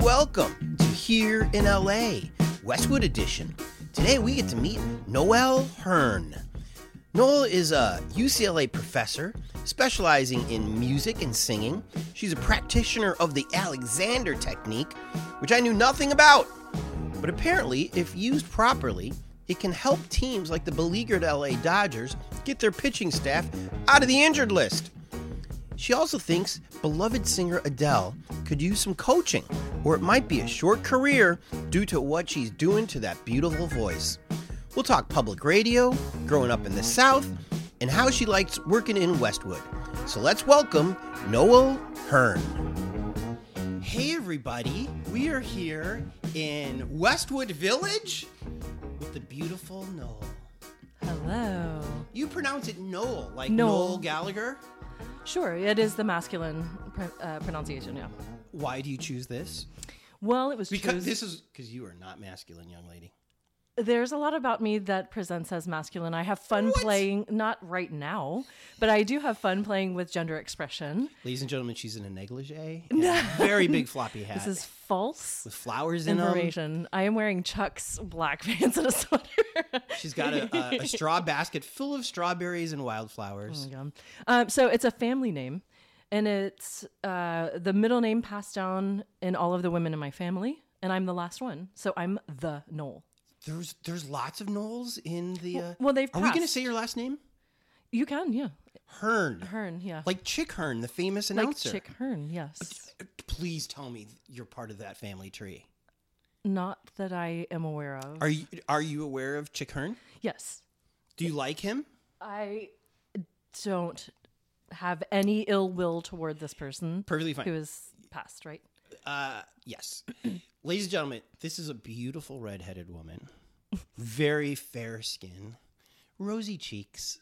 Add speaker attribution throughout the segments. Speaker 1: welcome to Here in LA, Westwood Edition. Today we get to meet Noel Hearn. Noel is a UCLA professor specializing in music and singing. She's a practitioner of the Alexander technique, which I knew nothing about. But apparently, if used properly, it can help teams like the beleaguered LA Dodgers get their pitching staff out of the injured list. She also thinks beloved singer Adele could use some coaching, or it might be a short career due to what she's doing to that beautiful voice. We'll talk public radio, growing up in the South, and how she likes working in Westwood. So let's welcome Noel Hearn. Hey, everybody. We are here in Westwood Village with the beautiful Noel.
Speaker 2: Hello.
Speaker 1: You pronounce it Noel, like
Speaker 2: Noel.
Speaker 1: Noel Gallagher.
Speaker 2: Sure, it is the masculine pr- uh, pronunciation, yeah.
Speaker 1: Why do you choose this?
Speaker 2: Well, it was
Speaker 1: Because
Speaker 2: chosen-
Speaker 1: this is because you are not masculine, young lady.
Speaker 2: There's a lot about me that presents as masculine. I have fun playing, not right now, but I do have fun playing with gender expression.
Speaker 1: Ladies and gentlemen, she's in a negligee, and a very big floppy hat
Speaker 2: This is false
Speaker 1: with flowers in them.
Speaker 2: information. I am wearing Chuck's black pants and a sweater.
Speaker 1: She's got a, a, a straw basket full of strawberries and wildflowers.
Speaker 2: um, so it's a family name, and it's uh, the middle name passed down in all of the women in my family, and I'm the last one. So I'm the Knoll.
Speaker 1: There's there's lots of Knowles in the. Uh,
Speaker 2: well, they've
Speaker 1: are we going to
Speaker 2: passed.
Speaker 1: say your last name?
Speaker 2: You can, yeah.
Speaker 1: Hearn,
Speaker 2: Hearn, yeah.
Speaker 1: like Chick Hearn, the famous
Speaker 2: Like
Speaker 1: announcer. Uh,
Speaker 2: Chick Hearn, yes.
Speaker 1: Please tell me you're part of that family tree.
Speaker 2: Not that I am aware of.
Speaker 1: Are you are you aware of Chick Hearn?
Speaker 2: yes.
Speaker 1: Do you like him?
Speaker 2: I don't have any ill will toward this person
Speaker 1: Perfectly
Speaker 2: who
Speaker 1: fine.
Speaker 2: is passed, right?
Speaker 1: Uh, yes. Ladies and gentlemen, this is a beautiful redheaded woman. Very fair skin, rosy cheeks,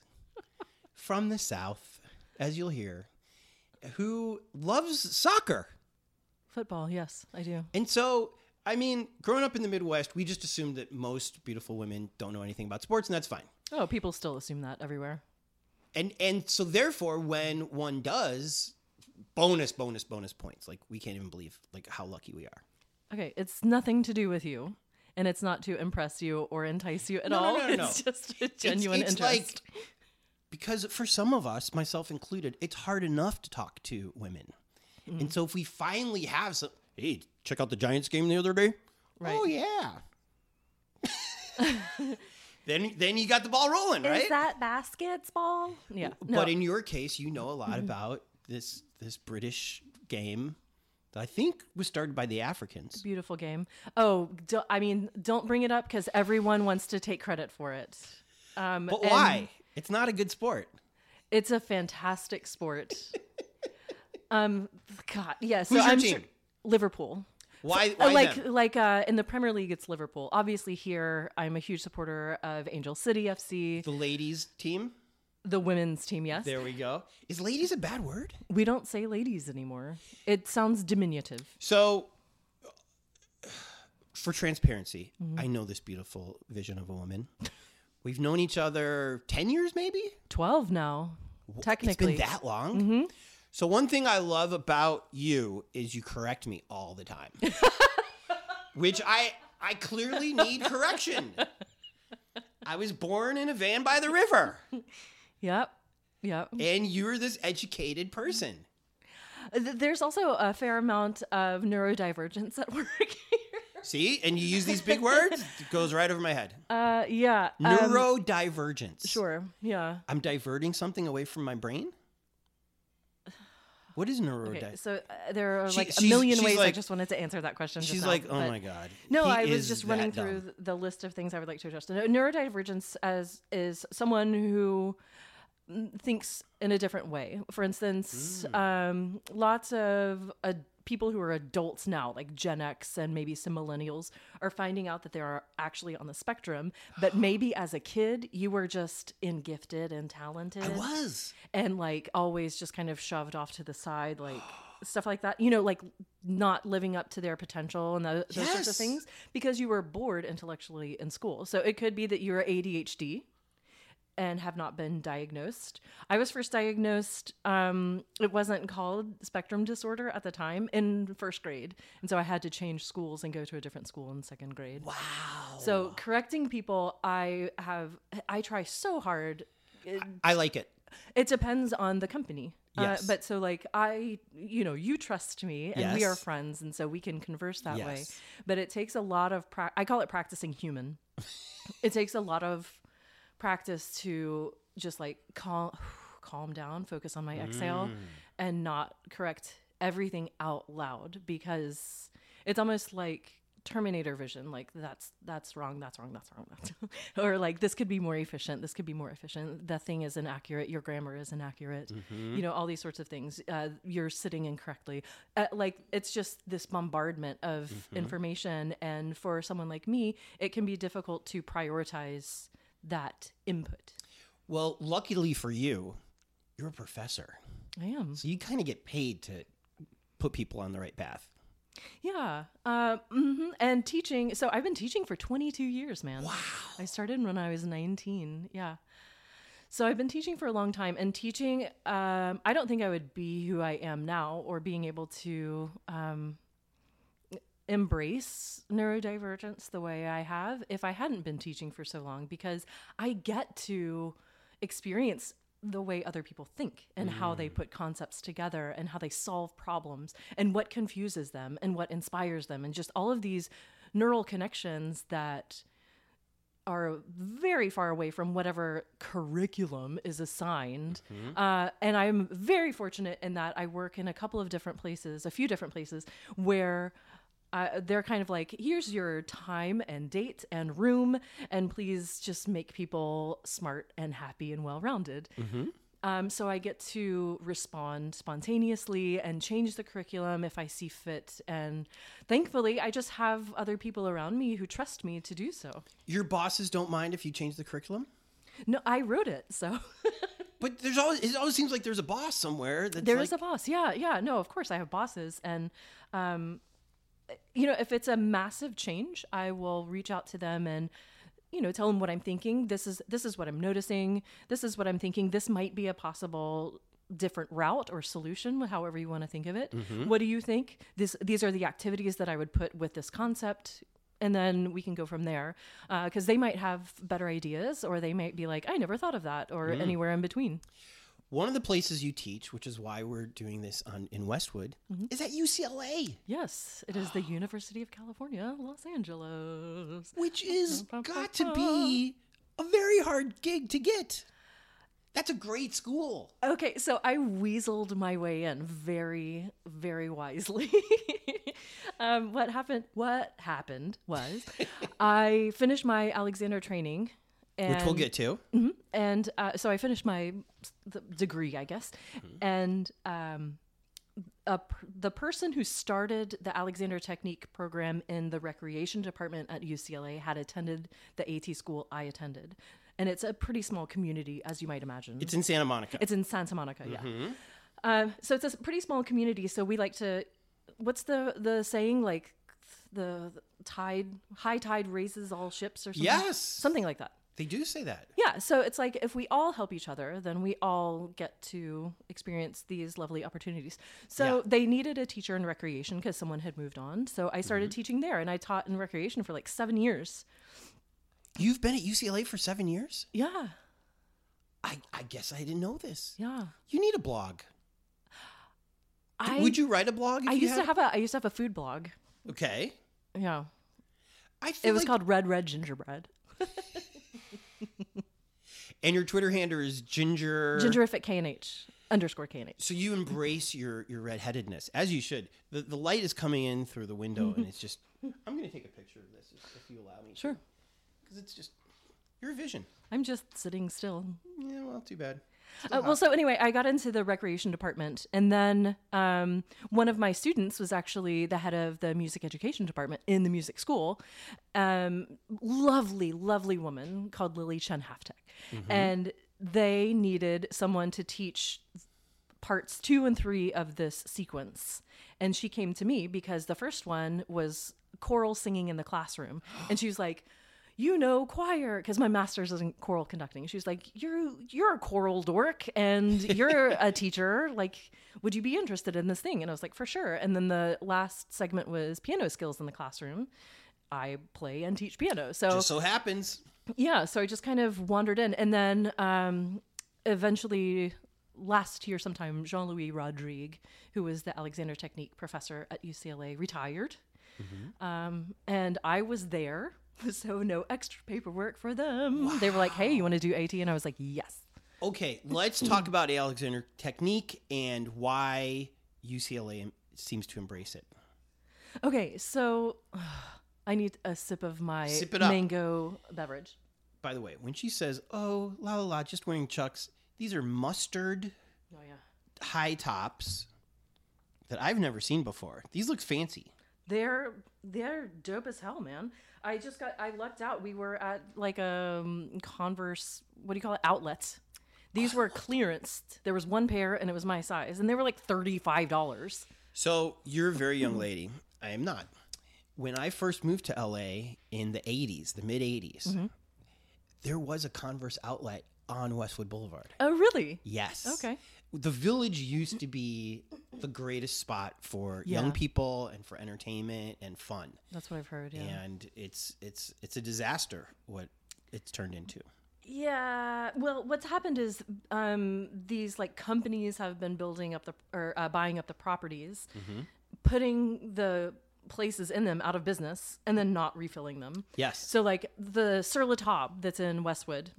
Speaker 1: from the South, as you'll hear, who loves soccer.
Speaker 2: Football, yes, I do.
Speaker 1: And so, I mean, growing up in the Midwest, we just assumed that most beautiful women don't know anything about sports, and that's fine.
Speaker 2: Oh, people still assume that everywhere.
Speaker 1: And and so therefore when one does bonus bonus bonus points like we can't even believe like how lucky we are.
Speaker 2: Okay, it's nothing to do with you, and it's not to impress you or entice you at
Speaker 1: No, no,
Speaker 2: all.
Speaker 1: no, no,
Speaker 2: it's just a genuine
Speaker 1: it's like-
Speaker 2: interest.
Speaker 1: because for some of us, myself included, it's hard enough to talk to women.
Speaker 2: Mm.
Speaker 1: And so if we finally have some, hey, check out the Giants game the other day.
Speaker 2: Right.
Speaker 1: Oh yeah. then then you got the ball rolling, right?
Speaker 2: Is that basketball? Yeah. No, Mm-hmm.
Speaker 1: But in your case, you know a lot about this this British game that I think was started by the Africans.
Speaker 2: beautiful game. Oh, do, I mean, don't bring it up because everyone wants to take credit for it. Um,
Speaker 1: But
Speaker 2: and
Speaker 1: why? It's not a good sport.
Speaker 2: It's a fantastic sport. um, God, yeah. So
Speaker 1: Who's your
Speaker 2: I'm
Speaker 1: team?
Speaker 2: sure- Liverpool.
Speaker 1: Why,
Speaker 2: Uh,
Speaker 1: why
Speaker 2: like
Speaker 1: them?
Speaker 2: like uh, in the Premier League, it's Liverpool. Obviously, here I'm a huge supporter of Angel City FC,
Speaker 1: the ladies team?
Speaker 2: the women's team. Yes,
Speaker 1: There we go. Is ladies a bad word?
Speaker 2: we don't say ladies anymore. It sounds diminutive.
Speaker 1: So, for transparency, I know this beautiful vision of a woman. We've known each other 10 years, maybe?
Speaker 2: Twelve now, technically.
Speaker 1: It's been that long. So, one thing I love about you is you correct me all the time, which I, I clearly need correction. I was born in a van by the river,
Speaker 2: Yep. Yep.
Speaker 1: and you're this educated person.
Speaker 2: Th- There's also a fair amount of neurodivergence at work here.
Speaker 1: See? And you use these big words, it goes right over my head.
Speaker 2: Uh, yeah. um,
Speaker 1: Neurodivergence.
Speaker 2: sure. Yeah.
Speaker 1: I'm diverting something away from my brain? What is neurodivergence?
Speaker 2: Okay, so uh, there are
Speaker 1: She-
Speaker 2: like a
Speaker 1: she's-
Speaker 2: million
Speaker 1: she's
Speaker 2: ways I
Speaker 1: like-
Speaker 2: just wanted to answer that question. just
Speaker 1: She's
Speaker 2: now,
Speaker 1: like, oh
Speaker 2: but-
Speaker 1: my God.
Speaker 2: No,
Speaker 1: he
Speaker 2: I was
Speaker 1: is
Speaker 2: just running
Speaker 1: that
Speaker 2: through
Speaker 1: dumb."
Speaker 2: th- the list of things I would like to address. Neu- Neurodivergence as is someone who mm, thinks in a different way. For instance,
Speaker 1: Hmm.
Speaker 2: um, lots of uh, people who are adults now, like Gen X and maybe some millennials, are finding out that they are actually on the spectrum. But maybe as a kid, you were just in gifted and talented
Speaker 1: I was.
Speaker 2: and like always just kind of shoved off to the side, like stuff like that. You know, like not living up to their potential and tho- those sorts
Speaker 1: Yes.
Speaker 2: of things because you were bored intellectually in school. So it could be that you're ADHD and have not been diagnosed. I was first diagnosed, um, it wasn't called spectrum disorder at the time in first grade. And so I had to change schools and go to a different school in second grade.
Speaker 1: Wow.
Speaker 2: So correcting people, I have, I try so hard. uh, It,
Speaker 1: I like it.
Speaker 2: it depends on the company.
Speaker 1: Yes.
Speaker 2: Uh, but so like I, you know, you trust me and we
Speaker 1: Yes.
Speaker 2: are friends. And so we can converse that way.
Speaker 1: Yes.
Speaker 2: But it takes a lot of, pra- I call it practicing human. it takes a lot of practice to just like calm, calm down, focus on my exhale and not correct everything out loud because it's almost like Terminator vision, like that's that's wrong, that's wrong, that's wrong, that's wrong. or like this could be more efficient, this could be more efficient. The thing is inaccurate, your grammar is inaccurate, you know, all these sorts of things. Uh, you're sitting incorrectly. Uh, like it's just this bombardment of information, and for someone like me, it can be difficult to prioritize that input.
Speaker 1: Well, luckily for you, you're a professor.
Speaker 2: I am.
Speaker 1: So you kind of get paid to put people on the right path.
Speaker 2: Yeah. Uh, mhm. And teaching. So I've been teaching for 22 years, man.
Speaker 1: Wow.
Speaker 2: I started when I was 19. Yeah. So I've been teaching for a long time. And teaching, um, I don't think I would be who I am now or being able to um, embrace neurodivergence the way I have if I hadn't been teaching for so long because I get to experience the way other people think and how they put concepts together and how they solve problems and what confuses them and what inspires them and just all of these neural connections that are very far away from whatever curriculum is assigned.
Speaker 1: Hmm?
Speaker 2: Uh, and I'm very fortunate in that I work in a couple of different places, a few different places, where uh, they're kind of like, here's your time and date and room, and please just make people smart and happy and well rounded. Um, so I get to respond spontaneously and change the curriculum if I see fit. And thankfully, I just have other people around me who trust me to do so.
Speaker 1: Your bosses don't mind if you change the curriculum?
Speaker 2: No, I wrote it. So
Speaker 1: But there's always it always seems like there's a boss somewhere that's
Speaker 2: there
Speaker 1: like,
Speaker 2: is a boss. Yeah, yeah. No, of course I have bosses, and um, you know, if it's a massive change, I will reach out to them and you know tell them what I'm thinking. This is this is what I'm noticing. This is what I'm thinking. This might be a possible different route or solution however you want to think of it what do you think this these are the activities that i would put with this concept and then we can go from there because they might have better ideas or they might be like i never thought of that or anywhere in between
Speaker 1: one of the places you teach, which is why we're doing this on in Westwood,
Speaker 2: Mm-hmm.
Speaker 1: is at UCLA,
Speaker 2: Yes, it is the University of California, Los Angeles.
Speaker 1: which is got to be a very hard gig to get. That's a great school.
Speaker 2: Okay, so I weaseled my way in very, very wisely. um, what happened? What happened was I finished my Alexander training, and
Speaker 1: Which we'll get to.
Speaker 2: and uh, so I finished my the degree, I guess,
Speaker 1: Mm-hmm.
Speaker 2: and um, a, per- the person who started the Alexander Technique program in the recreation department at UCLA had attended the AT school I attended, and it's a pretty small community, as you might imagine.
Speaker 1: It's Mm-hmm. in Santa Monica.
Speaker 2: It's in Santa Monica, yeah. Um, so it's a s- pretty small community. So we like to, what's the the saying like the tide high tide raises all ships or something?
Speaker 1: Yes.
Speaker 2: something like that.
Speaker 1: they do say that.
Speaker 2: Yeah, so it's like if we all help each other, then we all get to experience these lovely opportunities. So
Speaker 1: Yeah.
Speaker 2: they needed a teacher in recreation because someone had moved on. So I started
Speaker 1: Mm-hmm.
Speaker 2: teaching there and I taught in recreation for like seven years.
Speaker 1: You've been at UCLA for seven years?
Speaker 2: Yeah,
Speaker 1: I, I guess I didn't know this.
Speaker 2: yeah.
Speaker 1: You need a blog.
Speaker 2: I,
Speaker 1: Would you write a blog? If
Speaker 2: I
Speaker 1: you
Speaker 2: used
Speaker 1: had-
Speaker 2: to have a I used to have a food blog.
Speaker 1: Okay.
Speaker 2: Yeah.
Speaker 1: I
Speaker 2: It
Speaker 1: feel
Speaker 2: was
Speaker 1: like-
Speaker 2: called Red Red Gingerbread.
Speaker 1: And your Twitter handle is ginger.
Speaker 2: Gingerific KNH underscore KNH.
Speaker 1: So you embrace your your redheadedness as you should. The the light is coming in through the window,
Speaker 2: Mm-hmm.
Speaker 1: and it's just. I'm going to take a picture of this if, if you allow me.
Speaker 2: Sure.
Speaker 1: Because it's just your vision.
Speaker 2: I'm just sitting still.
Speaker 1: Yeah. Well, too bad.
Speaker 2: Uh, well, so anyway, I got into the recreation department, and then um, one of my students was actually the head of the music education department in the music school. Um, lovely, lovely woman called Lily Chen Haftek, and they needed someone to teach parts two and three of this sequence. And she came to me because the first one was choral singing in the classroom. And she was like, you know choir because my master's is in choral conducting. She's like, you're you're a choral dork and you're a teacher. Like, would you be interested in this thing? And I was like, for sure. And then the last segment was piano skills in the classroom. I play and teach piano, so
Speaker 1: Just so happens.
Speaker 2: yeah, so I just kind of wandered in, and then um, eventually last year sometime Jean Louis Rodrigue, who was the Alexander Technique professor at UCLA, retired,
Speaker 1: Mm-hmm.
Speaker 2: um, and I was there, so no extra paperwork for them. They were like, "Hey, you want to do AT?" And I was like, "Yes."
Speaker 1: Okay, let's talk about Alexander technique and why UCLA em- seems to embrace it.
Speaker 2: Okay, so I need a sip of my
Speaker 1: Sip it up.
Speaker 2: mango beverage.
Speaker 1: By the way, when she says, "Oh, la la la," just wearing chucks, these are mustard
Speaker 2: Oh yeah,
Speaker 1: high tops that I've never seen before. These look fancy.
Speaker 2: They're they're dope as hell, man. I just got I lucked out. We were at like a um, Converse. What do you call it? Outlet. These were clearanced. There was one pair, and it was my size, and they were like thirty five dollars.
Speaker 1: So you're a very young lady. I am not. When I first moved to LA in the '80s, the mid '80s, there was a Converse outlet on Westwood Boulevard.
Speaker 2: Oh, really?
Speaker 1: Yes.
Speaker 2: Okay.
Speaker 1: The village used to be the greatest spot for
Speaker 2: Yeah.
Speaker 1: young people and for entertainment and fun.
Speaker 2: That's what I've heard. Yeah. yeah.
Speaker 1: And it's it's it's a disaster what it's turned into.
Speaker 2: Well, what's happened is um, these like companies have been building up the or uh, buying up the properties, putting the places in them out of business, and then not refilling them.
Speaker 1: Yes.
Speaker 2: So like the Sur La Table that's in Westwood,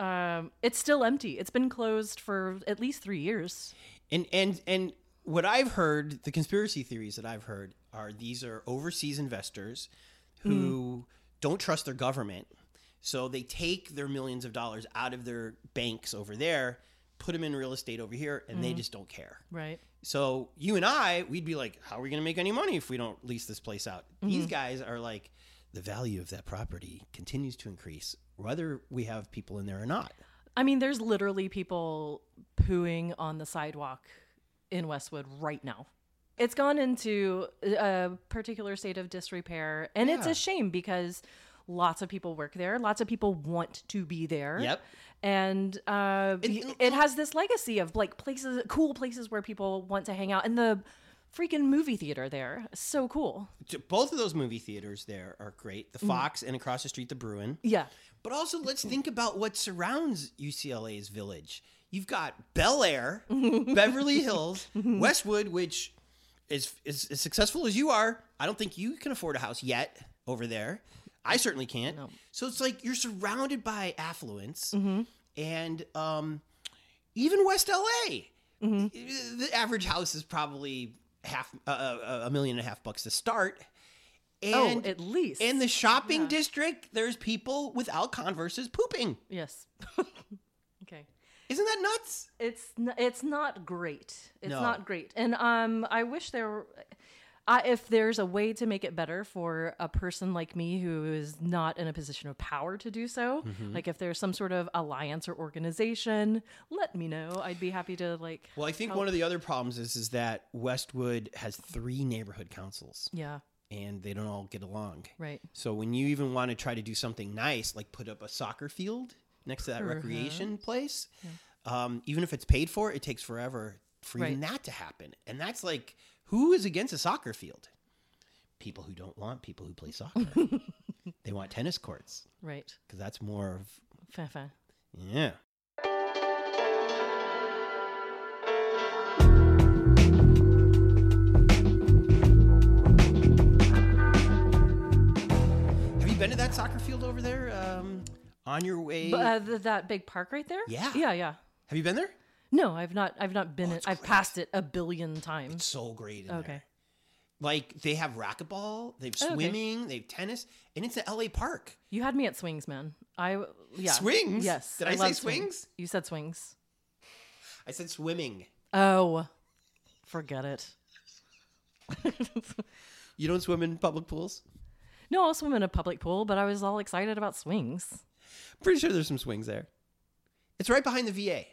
Speaker 2: um, it's still empty. It's been closed for at least three years.
Speaker 1: And and and what I've heard, the conspiracy theories that I've heard are these are overseas investors
Speaker 2: Hmm.
Speaker 1: who don't trust their government, so they take their millions of dollars out of their banks over there, put them in real estate over here, and they
Speaker 2: Hmm.
Speaker 1: just don't care.
Speaker 2: Right.
Speaker 1: So you and I, we'd be like, how are we going to make any money if we don't lease this place out? These guys are like, the value of that property continues to increase, whether we have people in there or not.
Speaker 2: I mean, there's literally people pooing on the sidewalk in Westwood right now. It's gone into a particular state of disrepair, and it's
Speaker 1: Yeah.
Speaker 2: a shame because lots of people work there. Lots of people want to be there.
Speaker 1: Yep.
Speaker 2: and uh,
Speaker 1: And-
Speaker 2: it has this legacy of like places, cool places where people want to hang out, and the freaking movie theater there, so cool.
Speaker 1: J- Both of those movie theaters there are great. The Fox and across the street, the Bruin.
Speaker 2: Yeah,
Speaker 1: But also, let's think about what surrounds UCLA's village. You've got Bel Air, Beverly Hills, Westwood, which is, is as successful as you are. I don't think you can afford a house yet over there. I certainly can't. So it's like you're surrounded by affluence,
Speaker 2: Mm-hmm.
Speaker 1: and um, even West LA.
Speaker 2: Mm-hmm.
Speaker 1: The average house is probably half uh, uh, a million and a half bucks to start. And
Speaker 2: oh, at least
Speaker 1: in the shopping district, there's people without Converses pooping.
Speaker 2: yes. okay.
Speaker 1: Isn't that nuts?
Speaker 2: it's n- it's not great. It's
Speaker 1: No.
Speaker 2: not great. And um, I wish there, were, I, if there's a way to make it better for a person like me who is not in a position of power to do so,
Speaker 1: Mm-hmm.
Speaker 2: like if there's some sort of alliance or organization, let me know. I'd be happy to like.
Speaker 1: Well, I think one of the other problems is is that Westwood has three neighborhood councils,
Speaker 2: Yeah.
Speaker 1: and they don't all get along.
Speaker 2: Right.
Speaker 1: So when you even want to try to do something nice, like put up a soccer field next to that recreation place, um, even if it's paid for, it takes forever for even
Speaker 2: Right.
Speaker 1: that to happen. And that's like, who is against a soccer field? People who don't want people who play soccer. they want tennis courts
Speaker 2: Right.
Speaker 1: because that's more of
Speaker 2: Fin, fin.
Speaker 1: Yeah. Have you been to that soccer field over there? Um, on your way?
Speaker 2: But, uh, th- that big park right there.
Speaker 1: Yeah.
Speaker 2: Yeah. Yeah.
Speaker 1: Have you been there?
Speaker 2: No, I've not. I've not been. in,
Speaker 1: it's
Speaker 2: I've
Speaker 1: great.
Speaker 2: passed it a billion times.
Speaker 1: So great. In
Speaker 2: Okay. Oh,
Speaker 1: There. Like they have racquetball, they've
Speaker 2: Okay.
Speaker 1: swimming, they've tennis, and it's an LA park.
Speaker 2: You had me at swings, man. I yeah.
Speaker 1: Swings?
Speaker 2: Yes.
Speaker 1: Did I say
Speaker 2: love
Speaker 1: swings?
Speaker 2: You said swings.
Speaker 1: I said swimming.
Speaker 2: Oh, forget it.
Speaker 1: You don't swim in public pools?
Speaker 2: No, I'll swim in a public pool, but I was all excited about swings.
Speaker 1: Pretty sure there's some swings there. It's right behind the VA.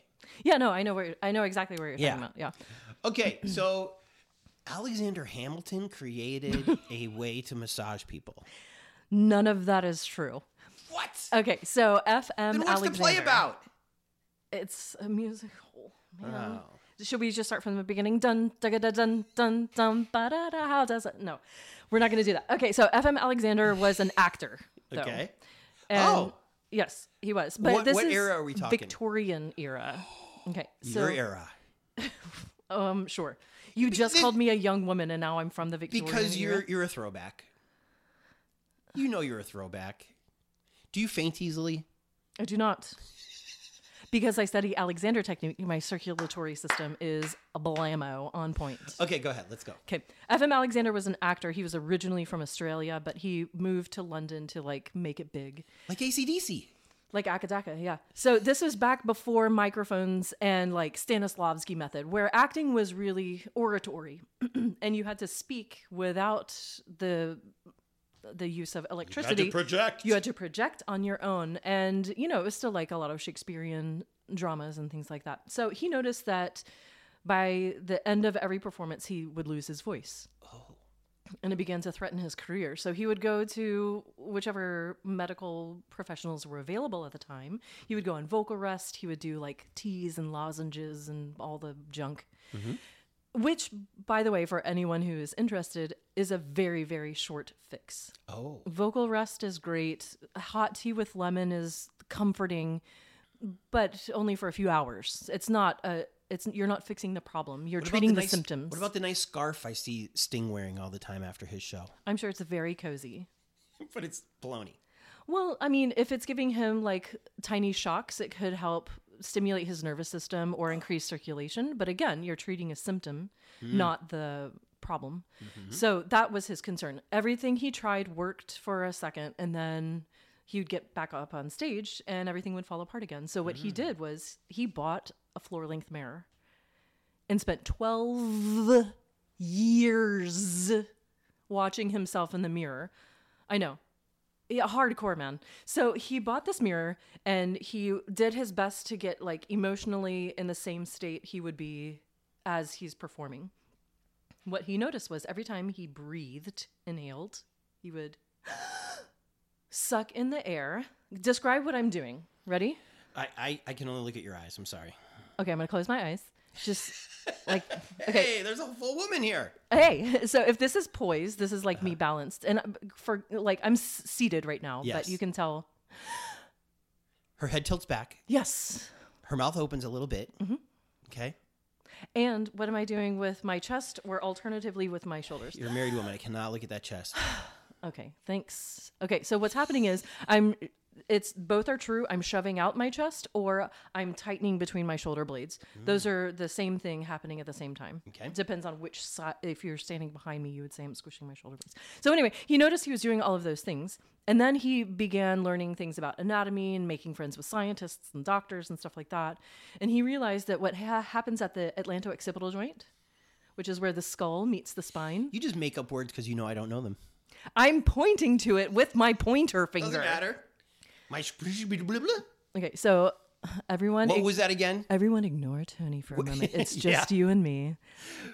Speaker 2: Yeah, no, I know where I know exactly where you're
Speaker 1: Yeah.
Speaker 2: talking about. Yeah,
Speaker 1: Okay, so Alexander Hamilton created a way to massage people.
Speaker 2: none of that is true. Okay, so FM
Speaker 1: Then what's
Speaker 2: Um, Alexander.
Speaker 1: the play about?
Speaker 2: It's a musical. Man.
Speaker 1: Oh.
Speaker 2: Should we just start from the beginning? Dun da da dun dun dun ba da da. How does it? No, we're not going to do that. Okay, so FM Alexander was an actor. though.
Speaker 1: Okay.
Speaker 2: And-
Speaker 1: Oh.
Speaker 2: yes, he was. But
Speaker 1: What-
Speaker 2: this
Speaker 1: what
Speaker 2: is
Speaker 1: era are we talking?
Speaker 2: Victorian era. Okay, so
Speaker 1: Your era.
Speaker 2: um, sure. You just
Speaker 1: this-
Speaker 2: called me a young woman, and now I'm from the Victorian
Speaker 1: Because
Speaker 2: era.
Speaker 1: you're you're a throwback. You know you're a throwback. Do you faint easily?
Speaker 2: I do not. Because I study Alexander technique, my circulatory system is a blammo on point.
Speaker 1: Okay, go ahead. Let's go.
Speaker 2: Okay. FM Alexander was an actor. He was originally from Australia, but he moved to London to like make it big.
Speaker 1: Like ACDC.
Speaker 2: Like Akadaka, yeah. So this was back before microphones and like Stanislavski method, where acting was really oratory and you had to speak without the the use of electricity.
Speaker 1: project.
Speaker 2: You had to project on your own. And, you know, it was still like a lot of Shakespearean dramas and things like that. So he noticed that by the end of every performance, he would lose his voice.
Speaker 1: oh.
Speaker 2: And it began to threaten his career. So he would go to whichever medical professionals were available at the time. He would go on vocal rest. He would do like teas and lozenges and all the junk
Speaker 1: Mm-hmm.
Speaker 2: which by the way for anyone who is interested is a very very short fix
Speaker 1: Oh.
Speaker 2: vocal rest is great hot tea with lemon is comforting but only for a few hours it's not a it's you're not fixing the problem you're
Speaker 1: What about
Speaker 2: treating the,
Speaker 1: nice-
Speaker 2: symptoms
Speaker 1: What about the nice scarf I see Sting wearing all the time after his show?
Speaker 2: i'm sure it's very cozy
Speaker 1: but it's baloney.
Speaker 2: well i mean if it's giving him like tiny shocks it could help stimulate his nervous system or increase circulation but again you're treating a symptom not the problem so that was his concern everything he tried worked for a second and then he would get back up on stage and everything would fall apart again so what he did was he bought a floor length mirror and spent 12 years watching himself in the mirror. I know. Yeah, hardcore man. So he bought this mirror and he did his best to get like emotionally in the same state he would be as he's performing. What he noticed was every time he breathed, inhaled, he would suck in the air. Describe what I'm doing. Ready?
Speaker 1: I, I, I can only look at your eyes. I'm sorry.
Speaker 2: Okay, I'm going to close my eyes. Just like
Speaker 1: Hey, there's a full woman here.
Speaker 2: Hey, so if this is poised, this is like me balanced, and uh, for like I'm s- seated right now,
Speaker 1: Yes.
Speaker 2: but you can tell.
Speaker 1: Her head tilts back.
Speaker 2: Yes.
Speaker 1: Her mouth opens a little bit. Okay.
Speaker 2: And what am I doing with my chest, or alternatively with my shoulders?
Speaker 1: You're a married woman. I cannot look at that chest.
Speaker 2: Okay, thanks. Okay, so what's happening is I'm. It's both are true. I'm shoving out my chest, or I'm tightening between my shoulder blades. Those are the same thing happening at the same time.
Speaker 1: Okay.
Speaker 2: Depends on which side. If you're standing behind me, you would say I'm squishing my shoulder blades. So anyway, he noticed he was doing all of those things, and then he began learning things about anatomy and making friends with scientists and doctors and stuff like that. And he realized that what ha- happens at the atlanto-occipital joint, which is where the skull meets the spine,
Speaker 1: You just make up words because you know I don't know them.
Speaker 2: I'm pointing to it with my pointer finger.
Speaker 1: My sh- blah, blah.
Speaker 2: Okay, so everyone,
Speaker 1: What was that again?
Speaker 2: everyone, ignore Tony for a moment. It's
Speaker 1: Yeah.
Speaker 2: just you and me.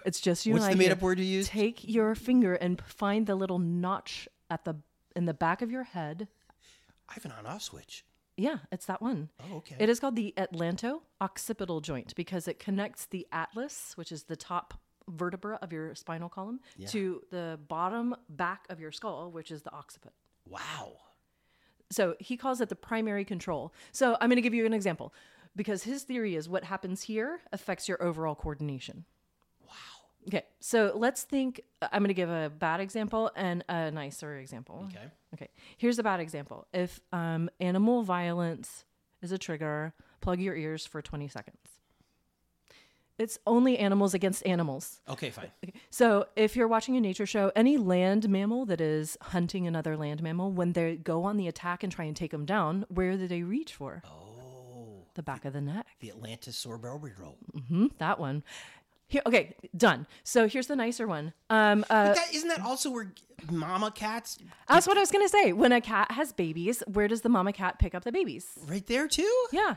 Speaker 2: It's just you
Speaker 1: What's
Speaker 2: and
Speaker 1: the
Speaker 2: I. here.
Speaker 1: made-up word you used?
Speaker 2: Take your finger and p- find the little notch at the in the back of your head.
Speaker 1: I have an on-off switch.
Speaker 2: Yeah, it's that one.
Speaker 1: Oh, okay.
Speaker 2: It is called the atlanto-occipital joint because it connects the atlas, which is the top vertebra of your spinal column, to the bottom back of your skull, which is the occiput.
Speaker 1: wow.
Speaker 2: so he calls it the primary control. So I'm going to give you an example because his theory is what happens here affects your overall coordination. Wow. Okay. So let's think I'm going to give a bad example and a nicer example.
Speaker 1: Okay.
Speaker 2: Okay. Here's a bad example. If um, animal violence is a trigger, plug your ears for 20 seconds. It's only animals against animals.
Speaker 1: Okay, fine.
Speaker 2: So, if you're watching a nature show, any land mammal that is hunting another land mammal, when they go on the attack and try and take them down, where do they reach for?
Speaker 1: Oh,
Speaker 2: The back of the neck.
Speaker 1: the Atlantis Sorborbital.
Speaker 2: Hmm, that one. Here, okay, done. So here's the nicer one. Um, uh,
Speaker 1: But that isn't that also where g- mama cats
Speaker 2: that's what I was gonna say. When a cat has babies, where does the mama cat pick up the babies?
Speaker 1: right there too?
Speaker 2: Yeah.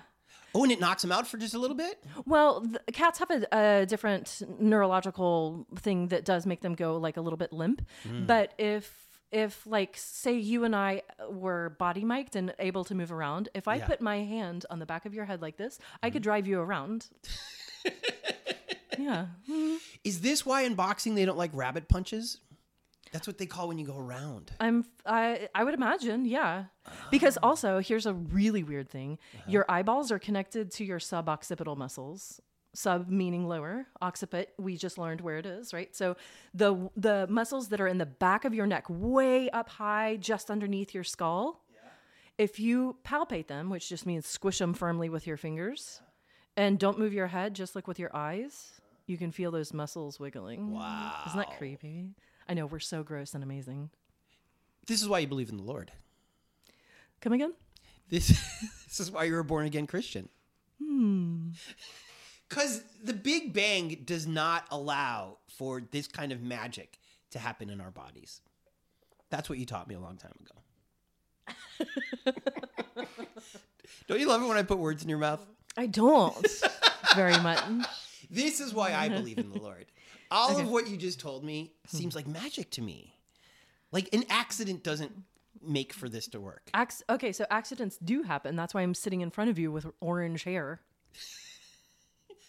Speaker 1: Oh, and it knocks him out for just a little bit.
Speaker 2: Well, the, cats have a, a different neurological thing that does make them go like a little bit limp. But if if like say you and I were body mic'd and able to move around, if I
Speaker 1: Yeah.
Speaker 2: put my hand on the back of your head like this, I could drive you around. yeah.
Speaker 1: Is this why in boxing they don't like rabbit punches? That's what they call when you go around.
Speaker 2: I'm I I would imagine, yeah. Because also, here's a really weird thing. Your eyeballs are connected to your suboccipital muscles. Sub meaning lower, occiput we just learned where it is, right? So the the muscles that are in the back of your neck way up high just underneath your skull. If you palpate them, which just means squish them firmly with your fingers and don't move your head, just look with your eyes, you can feel those muscles wiggling. Wow. Isn't that creepy? I know we're so gross and amazing.
Speaker 1: This is why you believe in the Lord.
Speaker 2: Come again?
Speaker 1: This, this is why you're a born again Christian. Because the Big Bang does not allow for this kind of magic to happen in our bodies. That's what you taught me a long time ago. Don't you love it when I put words in your mouth?
Speaker 2: I don't very much.
Speaker 1: This is why I believe in the Lord. All of what you just told me seems like magic to me. Like an accident doesn't make for this to work.
Speaker 2: Acc- okay, so accidents do happen. That's why I'm sitting in front of you with orange hair.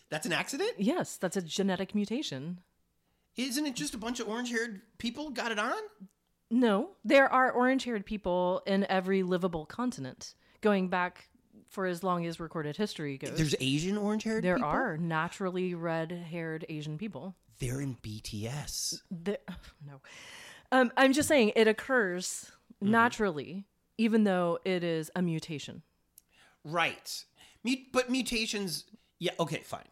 Speaker 1: That's an accident?
Speaker 2: Yes, that's a genetic mutation.
Speaker 1: Isn't it just a bunch of orange haired people got it on?
Speaker 2: No, there are orange haired people in every livable continent going back for as long as recorded history goes.
Speaker 1: There's Asian orange haired
Speaker 2: there are naturally red haired Asian people.
Speaker 1: They're in BTS.
Speaker 2: There, no. Um, I'm just saying it occurs naturally, even though it is a mutation.
Speaker 1: Right. Mut- but mutations, yeah, okay, fine.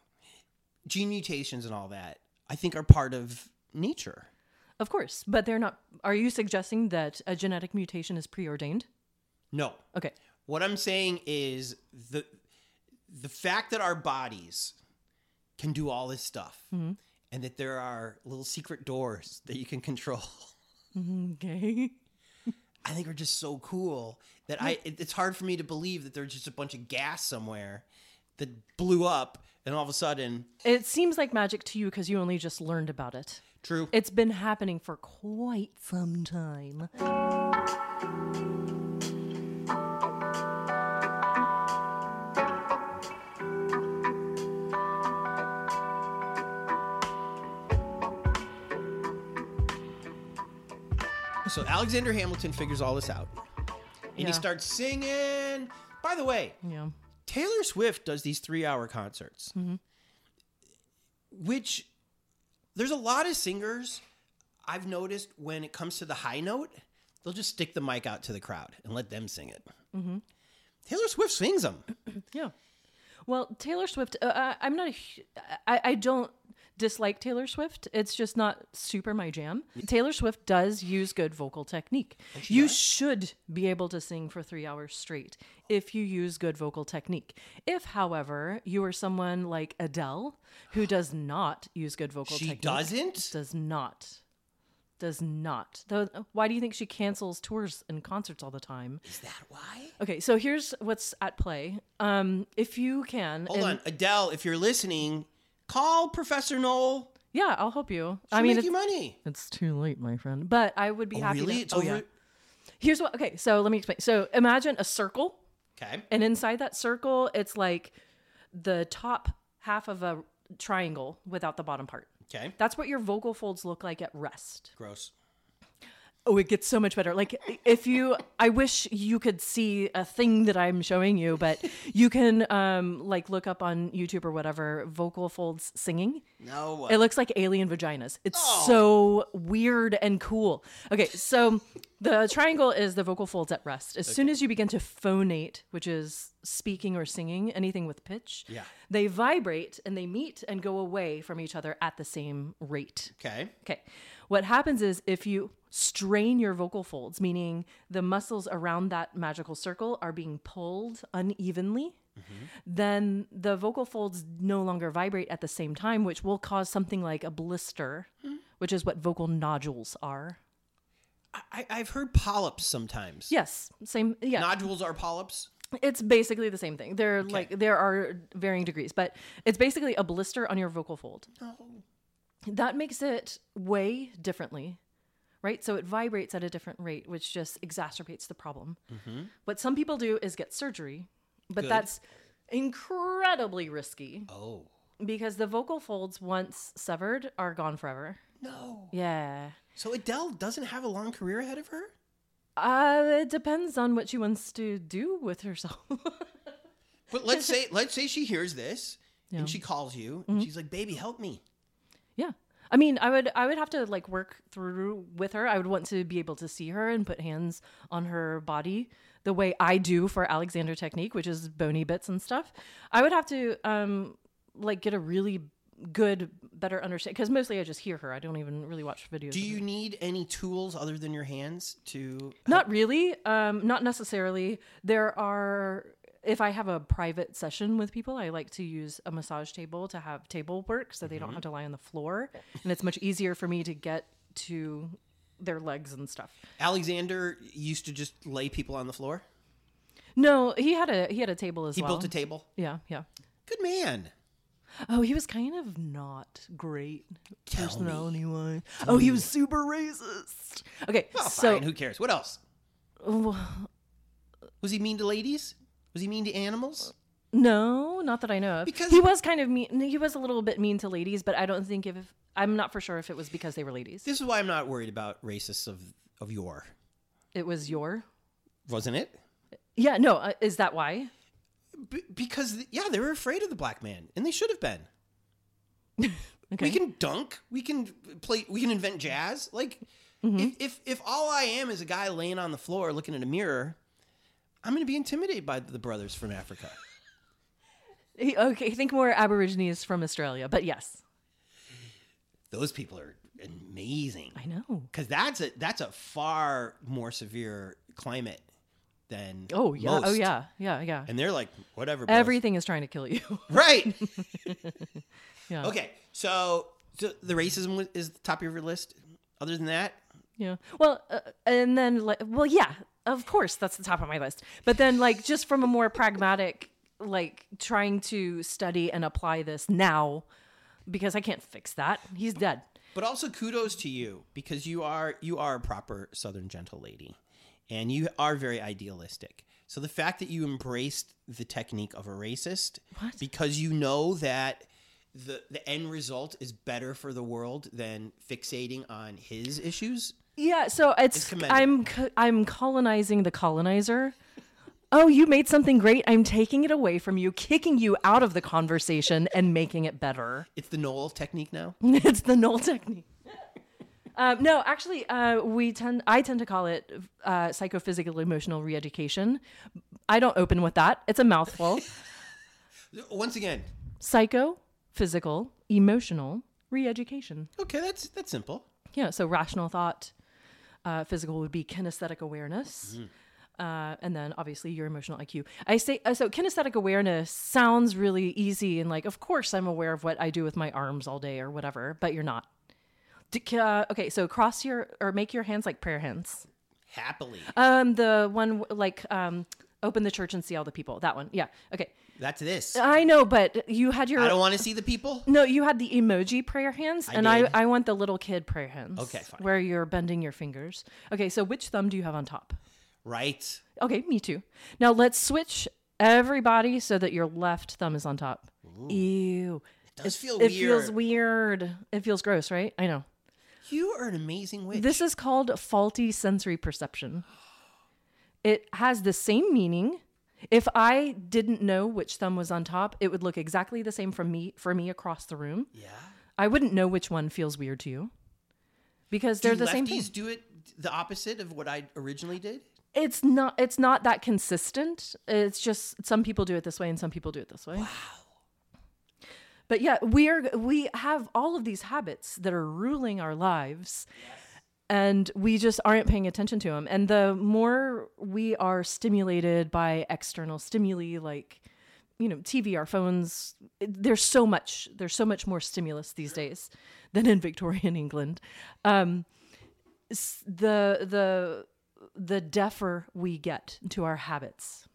Speaker 1: Gene mutations and all that, I think, are part of nature.
Speaker 2: Of course, but they're not. Are you suggesting that a genetic mutation is preordained?
Speaker 1: No.
Speaker 2: Okay.
Speaker 1: What I'm saying is the the fact that our bodies can do all this stuff
Speaker 2: Mm-hmm.
Speaker 1: and that there are little secret doors that you can control.
Speaker 2: Okay.
Speaker 1: I think are just so cool that I it, it's hard for me to believe that there's just a bunch of gas somewhere that blew up and all of a sudden
Speaker 2: It seems like magic to you because you only just learned about it.
Speaker 1: true
Speaker 2: It's been happening for quite some time.
Speaker 1: So Alexander Hamilton figures all this out. And
Speaker 2: Yeah.
Speaker 1: he starts singing. By the way,
Speaker 2: Yeah.
Speaker 1: Taylor Swift does these three hour concerts,
Speaker 2: Mm-hmm.
Speaker 1: which there's a lot of singers I've noticed when it comes to the high note, they'll just stick the mic out to the crowd and let them sing it.
Speaker 2: Mm-hmm.
Speaker 1: Taylor Swift sings them.
Speaker 2: Yeah. Well, Taylor Swift, uh, uh, I'm not a hu- I, I don't dislike Taylor Swift. It's just not super my jam. Taylor Swift does use good vocal technique. You should be able to sing for three hours straight if you use good vocal technique. If, however, you are someone like Adele who does not use good vocal
Speaker 1: She
Speaker 2: technique,
Speaker 1: doesn't?
Speaker 2: Does not. Does not. Though, why do you think she cancels tours and concerts all the time?
Speaker 1: Is that why?
Speaker 2: Okay, so here's what's at play. Um, if you can,
Speaker 1: Hold
Speaker 2: and-
Speaker 1: on. Adele, if you're listening, call Professor Noel.
Speaker 2: yeah, I'll help you.
Speaker 1: She'll
Speaker 2: I
Speaker 1: make
Speaker 2: mean, it's,
Speaker 1: you money.
Speaker 2: it's too late, my friend, but I would be happy.
Speaker 1: Really?
Speaker 2: To, Oh,
Speaker 1: It's over.
Speaker 2: Here's what. Okay, so let me explain. So imagine a circle,
Speaker 1: Okay.
Speaker 2: and inside that circle, it's like the top half of a triangle without the bottom part.
Speaker 1: Okay.
Speaker 2: That's what your vocal folds look like at rest.
Speaker 1: Gross.
Speaker 2: Oh, it gets so much better. Like if you I wish you could see a thing that I'm showing you, but you can um like look up on YouTube or whatever vocal folds singing.
Speaker 1: No.
Speaker 2: It looks like alien vaginas. It's
Speaker 1: Oh.
Speaker 2: so weird and cool. Okay, so the triangle is the vocal folds at rest. As soon as you begin to phonate, which is speaking or singing, anything with pitch,
Speaker 1: Yeah.
Speaker 2: they vibrate and they meet and go away from each other at the same rate.
Speaker 1: Okay.
Speaker 2: Okay. What happens is if you strain your vocal folds, meaning the muscles around that magical circle are being pulled unevenly, then the vocal folds no longer vibrate at the same time, which will cause something like a blister, which is what vocal nodules are.
Speaker 1: I, I've heard polyps sometimes.
Speaker 2: Yes, same. Yeah,
Speaker 1: Nodules are polyps.
Speaker 2: it's basically the same thing. They're like there are varying degrees, but it's basically a blister on your vocal fold.
Speaker 1: No.
Speaker 2: that makes it way differently right? So it vibrates at a different rate, which just exacerbates the problem. What some people do is get surgery, but
Speaker 1: Good.
Speaker 2: that's incredibly risky
Speaker 1: Oh
Speaker 2: because the vocal folds, once severed, are gone forever.
Speaker 1: no!
Speaker 2: Yeah.
Speaker 1: So Adele doesn't have a long career ahead of her.
Speaker 2: Uh, it depends on what she wants to do with herself.
Speaker 1: But let's say let's say she hears this
Speaker 2: Yeah. Mm-hmm.
Speaker 1: and she calls you and she's like, "Baby, help me."
Speaker 2: yeah. I mean, I would I would have to like work through with her. I would want to be able to see her and put hands on her body the way I do for Alexander technique, which is bony bits and stuff. I would have to um like get a really good better understand because mostly I just hear her. I don't even really watch videos.
Speaker 1: Do
Speaker 2: of
Speaker 1: you need any tools other than your hands to?
Speaker 2: Not really. Um, not necessarily. There are. If I have a private session with people, I like to use a massage table to have table work so they
Speaker 1: Mm-hmm.
Speaker 2: don't have to lie on the floor. And it's much easier for me to get to their legs and stuff.
Speaker 1: Alexander used to just lay people on the floor.
Speaker 2: No, he had a he had a table as
Speaker 1: He
Speaker 2: well.
Speaker 1: built a table.
Speaker 2: yeah, yeah.
Speaker 1: Good man.
Speaker 2: Oh, he was kind of not great
Speaker 1: Tell me.
Speaker 2: personality wise. Oh, he was super racist. Okay,
Speaker 1: Well,
Speaker 2: so
Speaker 1: fine. Who cares? What else? Was he mean to ladies? Was he mean to animals?
Speaker 2: No, not that I know of.
Speaker 1: Because-
Speaker 2: he was kind of mean. He was a little bit mean to ladies, but I don't think if I'm not for sure if it was because they were ladies.
Speaker 1: This is why I'm not worried about racists of of yore,
Speaker 2: It was your.
Speaker 1: wasn't it?
Speaker 2: Yeah, no. Uh, is that why?
Speaker 1: B- because yeah, they were afraid of the black man, and they should have been.
Speaker 2: Okay.
Speaker 1: We can dunk. We can play. We can invent jazz. Like, if, if if all I am is a guy laying on the floor looking in a mirror, I'm going to be intimidated by the brothers from Africa.
Speaker 2: He- okay, think more Aborigines from Australia, but yes,
Speaker 1: Those people are amazing
Speaker 2: I know.
Speaker 1: because that's a that's a far more severe climate than
Speaker 2: Oh yeah. Oh
Speaker 1: most.
Speaker 2: yeah. Yeah. Yeah.
Speaker 1: And they're like whatever. bros.
Speaker 2: Everything is trying to kill you.
Speaker 1: right.
Speaker 2: yeah.
Speaker 1: Okay, so, so the racism wa- is the top of your list. Other than that,
Speaker 2: Yeah. Well, uh, and then like, well, yeah, of course, that's the top of my list. But then, like, just from a more pragmatic, like, trying to study and apply this now, because I can't fix that. He's dead.
Speaker 1: but also kudos to you because you are you are a proper Southern gentle lady, and you are very idealistic. So the fact that you embraced the technique of a racist
Speaker 2: What?
Speaker 1: because you know that the the end result is better for the world than fixating on his issues.
Speaker 2: Yeah. So it's,
Speaker 1: commendable.
Speaker 2: I'm co- I'm colonizing the colonizer. Oh, you made something great. I'm taking it away from you, kicking you out of the conversation, and making it better.
Speaker 1: It's the Noel technique now.
Speaker 2: it's the null technique. Um, no, actually, uh, we tend I tend to call it uh, psychophysical emotional reeducation. I don't open with that; it's a mouthful.
Speaker 1: Once again,
Speaker 2: Psycho, physical, emotional reeducation.
Speaker 1: okay, that's that's simple.
Speaker 2: Yeah, so rational thought, uh, physical would be kinesthetic awareness. Uh, and then obviously your emotional IQ. I say uh, so. Kinesthetic awareness sounds really easy and like, of course, I'm aware of what I do with my arms all day or whatever, but you're not. D- c- uh, okay, so cross your or make your hands like prayer hands.
Speaker 1: Happily,
Speaker 2: Um, the one w- like um, open the church and see all the people. That one, yeah. Okay,
Speaker 1: that's this.
Speaker 2: I know, but you had your
Speaker 1: I don't want to see the people.
Speaker 2: no, you had the emoji prayer hands, and
Speaker 1: did.
Speaker 2: I, I want the little kid prayer hands.
Speaker 1: Okay, fine.
Speaker 2: Where you're bending your fingers. Okay, so which thumb do you have on top?
Speaker 1: Right.
Speaker 2: Okay, me too. Now let's switch everybody so that your left thumb is on top. Ew.
Speaker 1: It does feel
Speaker 2: It
Speaker 1: weird.
Speaker 2: feels weird. It feels gross, right? I know.
Speaker 1: You are an amazing witch.
Speaker 2: This is called faulty sensory perception. It has the same meaning. If I didn't know which thumb was on top, it would look exactly the same from me for me across the room.
Speaker 1: yeah.
Speaker 2: I wouldn't know which one feels weird to you because they're
Speaker 1: Do
Speaker 2: the same thing.
Speaker 1: lefties do it the opposite of what I originally did?
Speaker 2: It's not it's not that consistent. It's just some people do it this way and some people do it this way. Wow. But yeah, we are we have all of these habits that are ruling our lives. And we just aren't paying attention to them. And the more we are stimulated by external stimuli like you know, TV, our phones, it- there's so much there's so much more stimulus these days than in Victorian England. the the the deafer we get to our habits.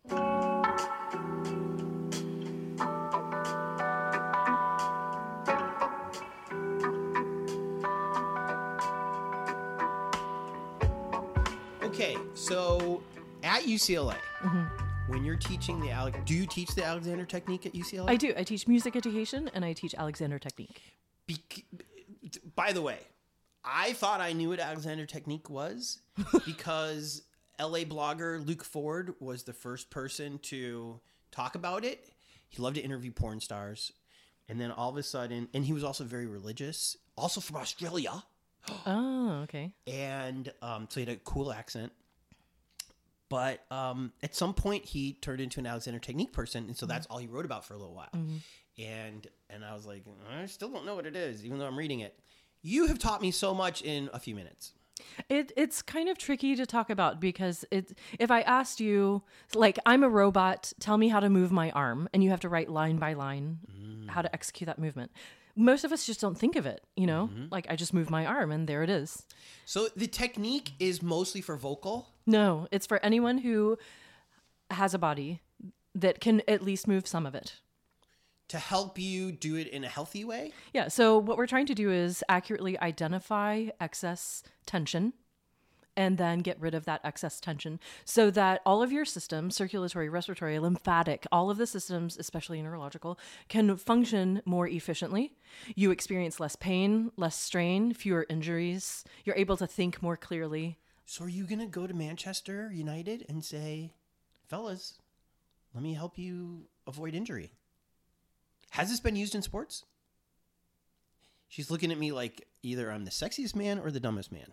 Speaker 1: Okay, so at UCLA,
Speaker 2: Mm-hmm.
Speaker 1: when you're teaching the Alex, do you teach the Alexander technique at UCLA?
Speaker 2: I do. I teach music education and I teach Alexander technique.
Speaker 1: Bec- by the way, I thought I knew what Alexander Technique was because LA blogger Luke Ford was the first person to talk about it. He loved to interview porn stars. And then all of a sudden, and he was also very religious, also from Australia.
Speaker 2: Oh, okay.
Speaker 1: And um, so he had a cool accent. But um, at some point, he turned into an Alexander Technique person. And so that's all he wrote about for a little while and and I was like, I still don't know what it is, even though I'm reading it. You have taught me so much in a few minutes.
Speaker 2: It it's kind of tricky to talk about because it if I asked you like I'm a robot, tell me how to move my arm and you have to write line by line how to execute that movement. Most of us just don't think of it, you know? Like I just move my arm and there it is.
Speaker 1: So the technique is mostly for vocal.
Speaker 2: No, it's for anyone who has a body that can at least move some of it.
Speaker 1: To help you do it in a healthy way,
Speaker 2: Yeah, so what we're trying to do is accurately identify excess tension and then get rid of that excess tension so that all of your systems circulatory, respiratory, lymphatic, all of the systems, especially neurological, can function more efficiently. You experience less pain, less strain, fewer injuries. You're able to think more clearly.
Speaker 1: so are you gonna go to Manchester United and say, "Fellas, let me help you avoid injury"? Has this been used in sports? She's looking at me like either I'm the sexiest man or the dumbest man.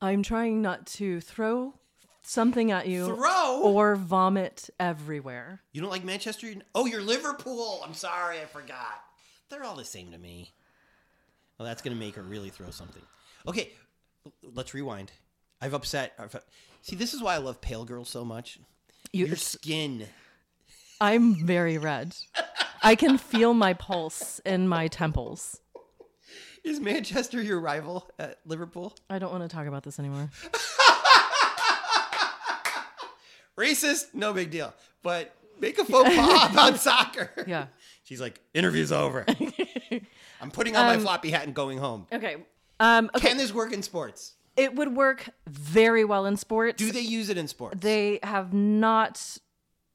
Speaker 2: I'm trying not to throw something at you
Speaker 1: Throw.
Speaker 2: or vomit everywhere.
Speaker 1: You don't like Manchester? Uni- Oh, you're Liverpool. I'm sorry, I forgot. They're all the same to me. Well, that's gonna make her really throw something. Okay, l- let's rewind. I've upset. I've, see, this is why I love pale girls so much.
Speaker 2: You,
Speaker 1: Your skin.
Speaker 2: I'm very red. I can feel my pulse in my temples.
Speaker 1: Is Manchester your rival at Liverpool?
Speaker 2: I don't want to talk about this anymore.
Speaker 1: Racist? No big deal. But make a faux pas about soccer.
Speaker 2: Yeah.
Speaker 1: She's like, interview's over. I'm putting on my floppy hat and going home.
Speaker 2: Okay. Um, okay.
Speaker 1: Can this work in sports?
Speaker 2: It would work very well in sports.
Speaker 1: Do they use it in sports?
Speaker 2: they have not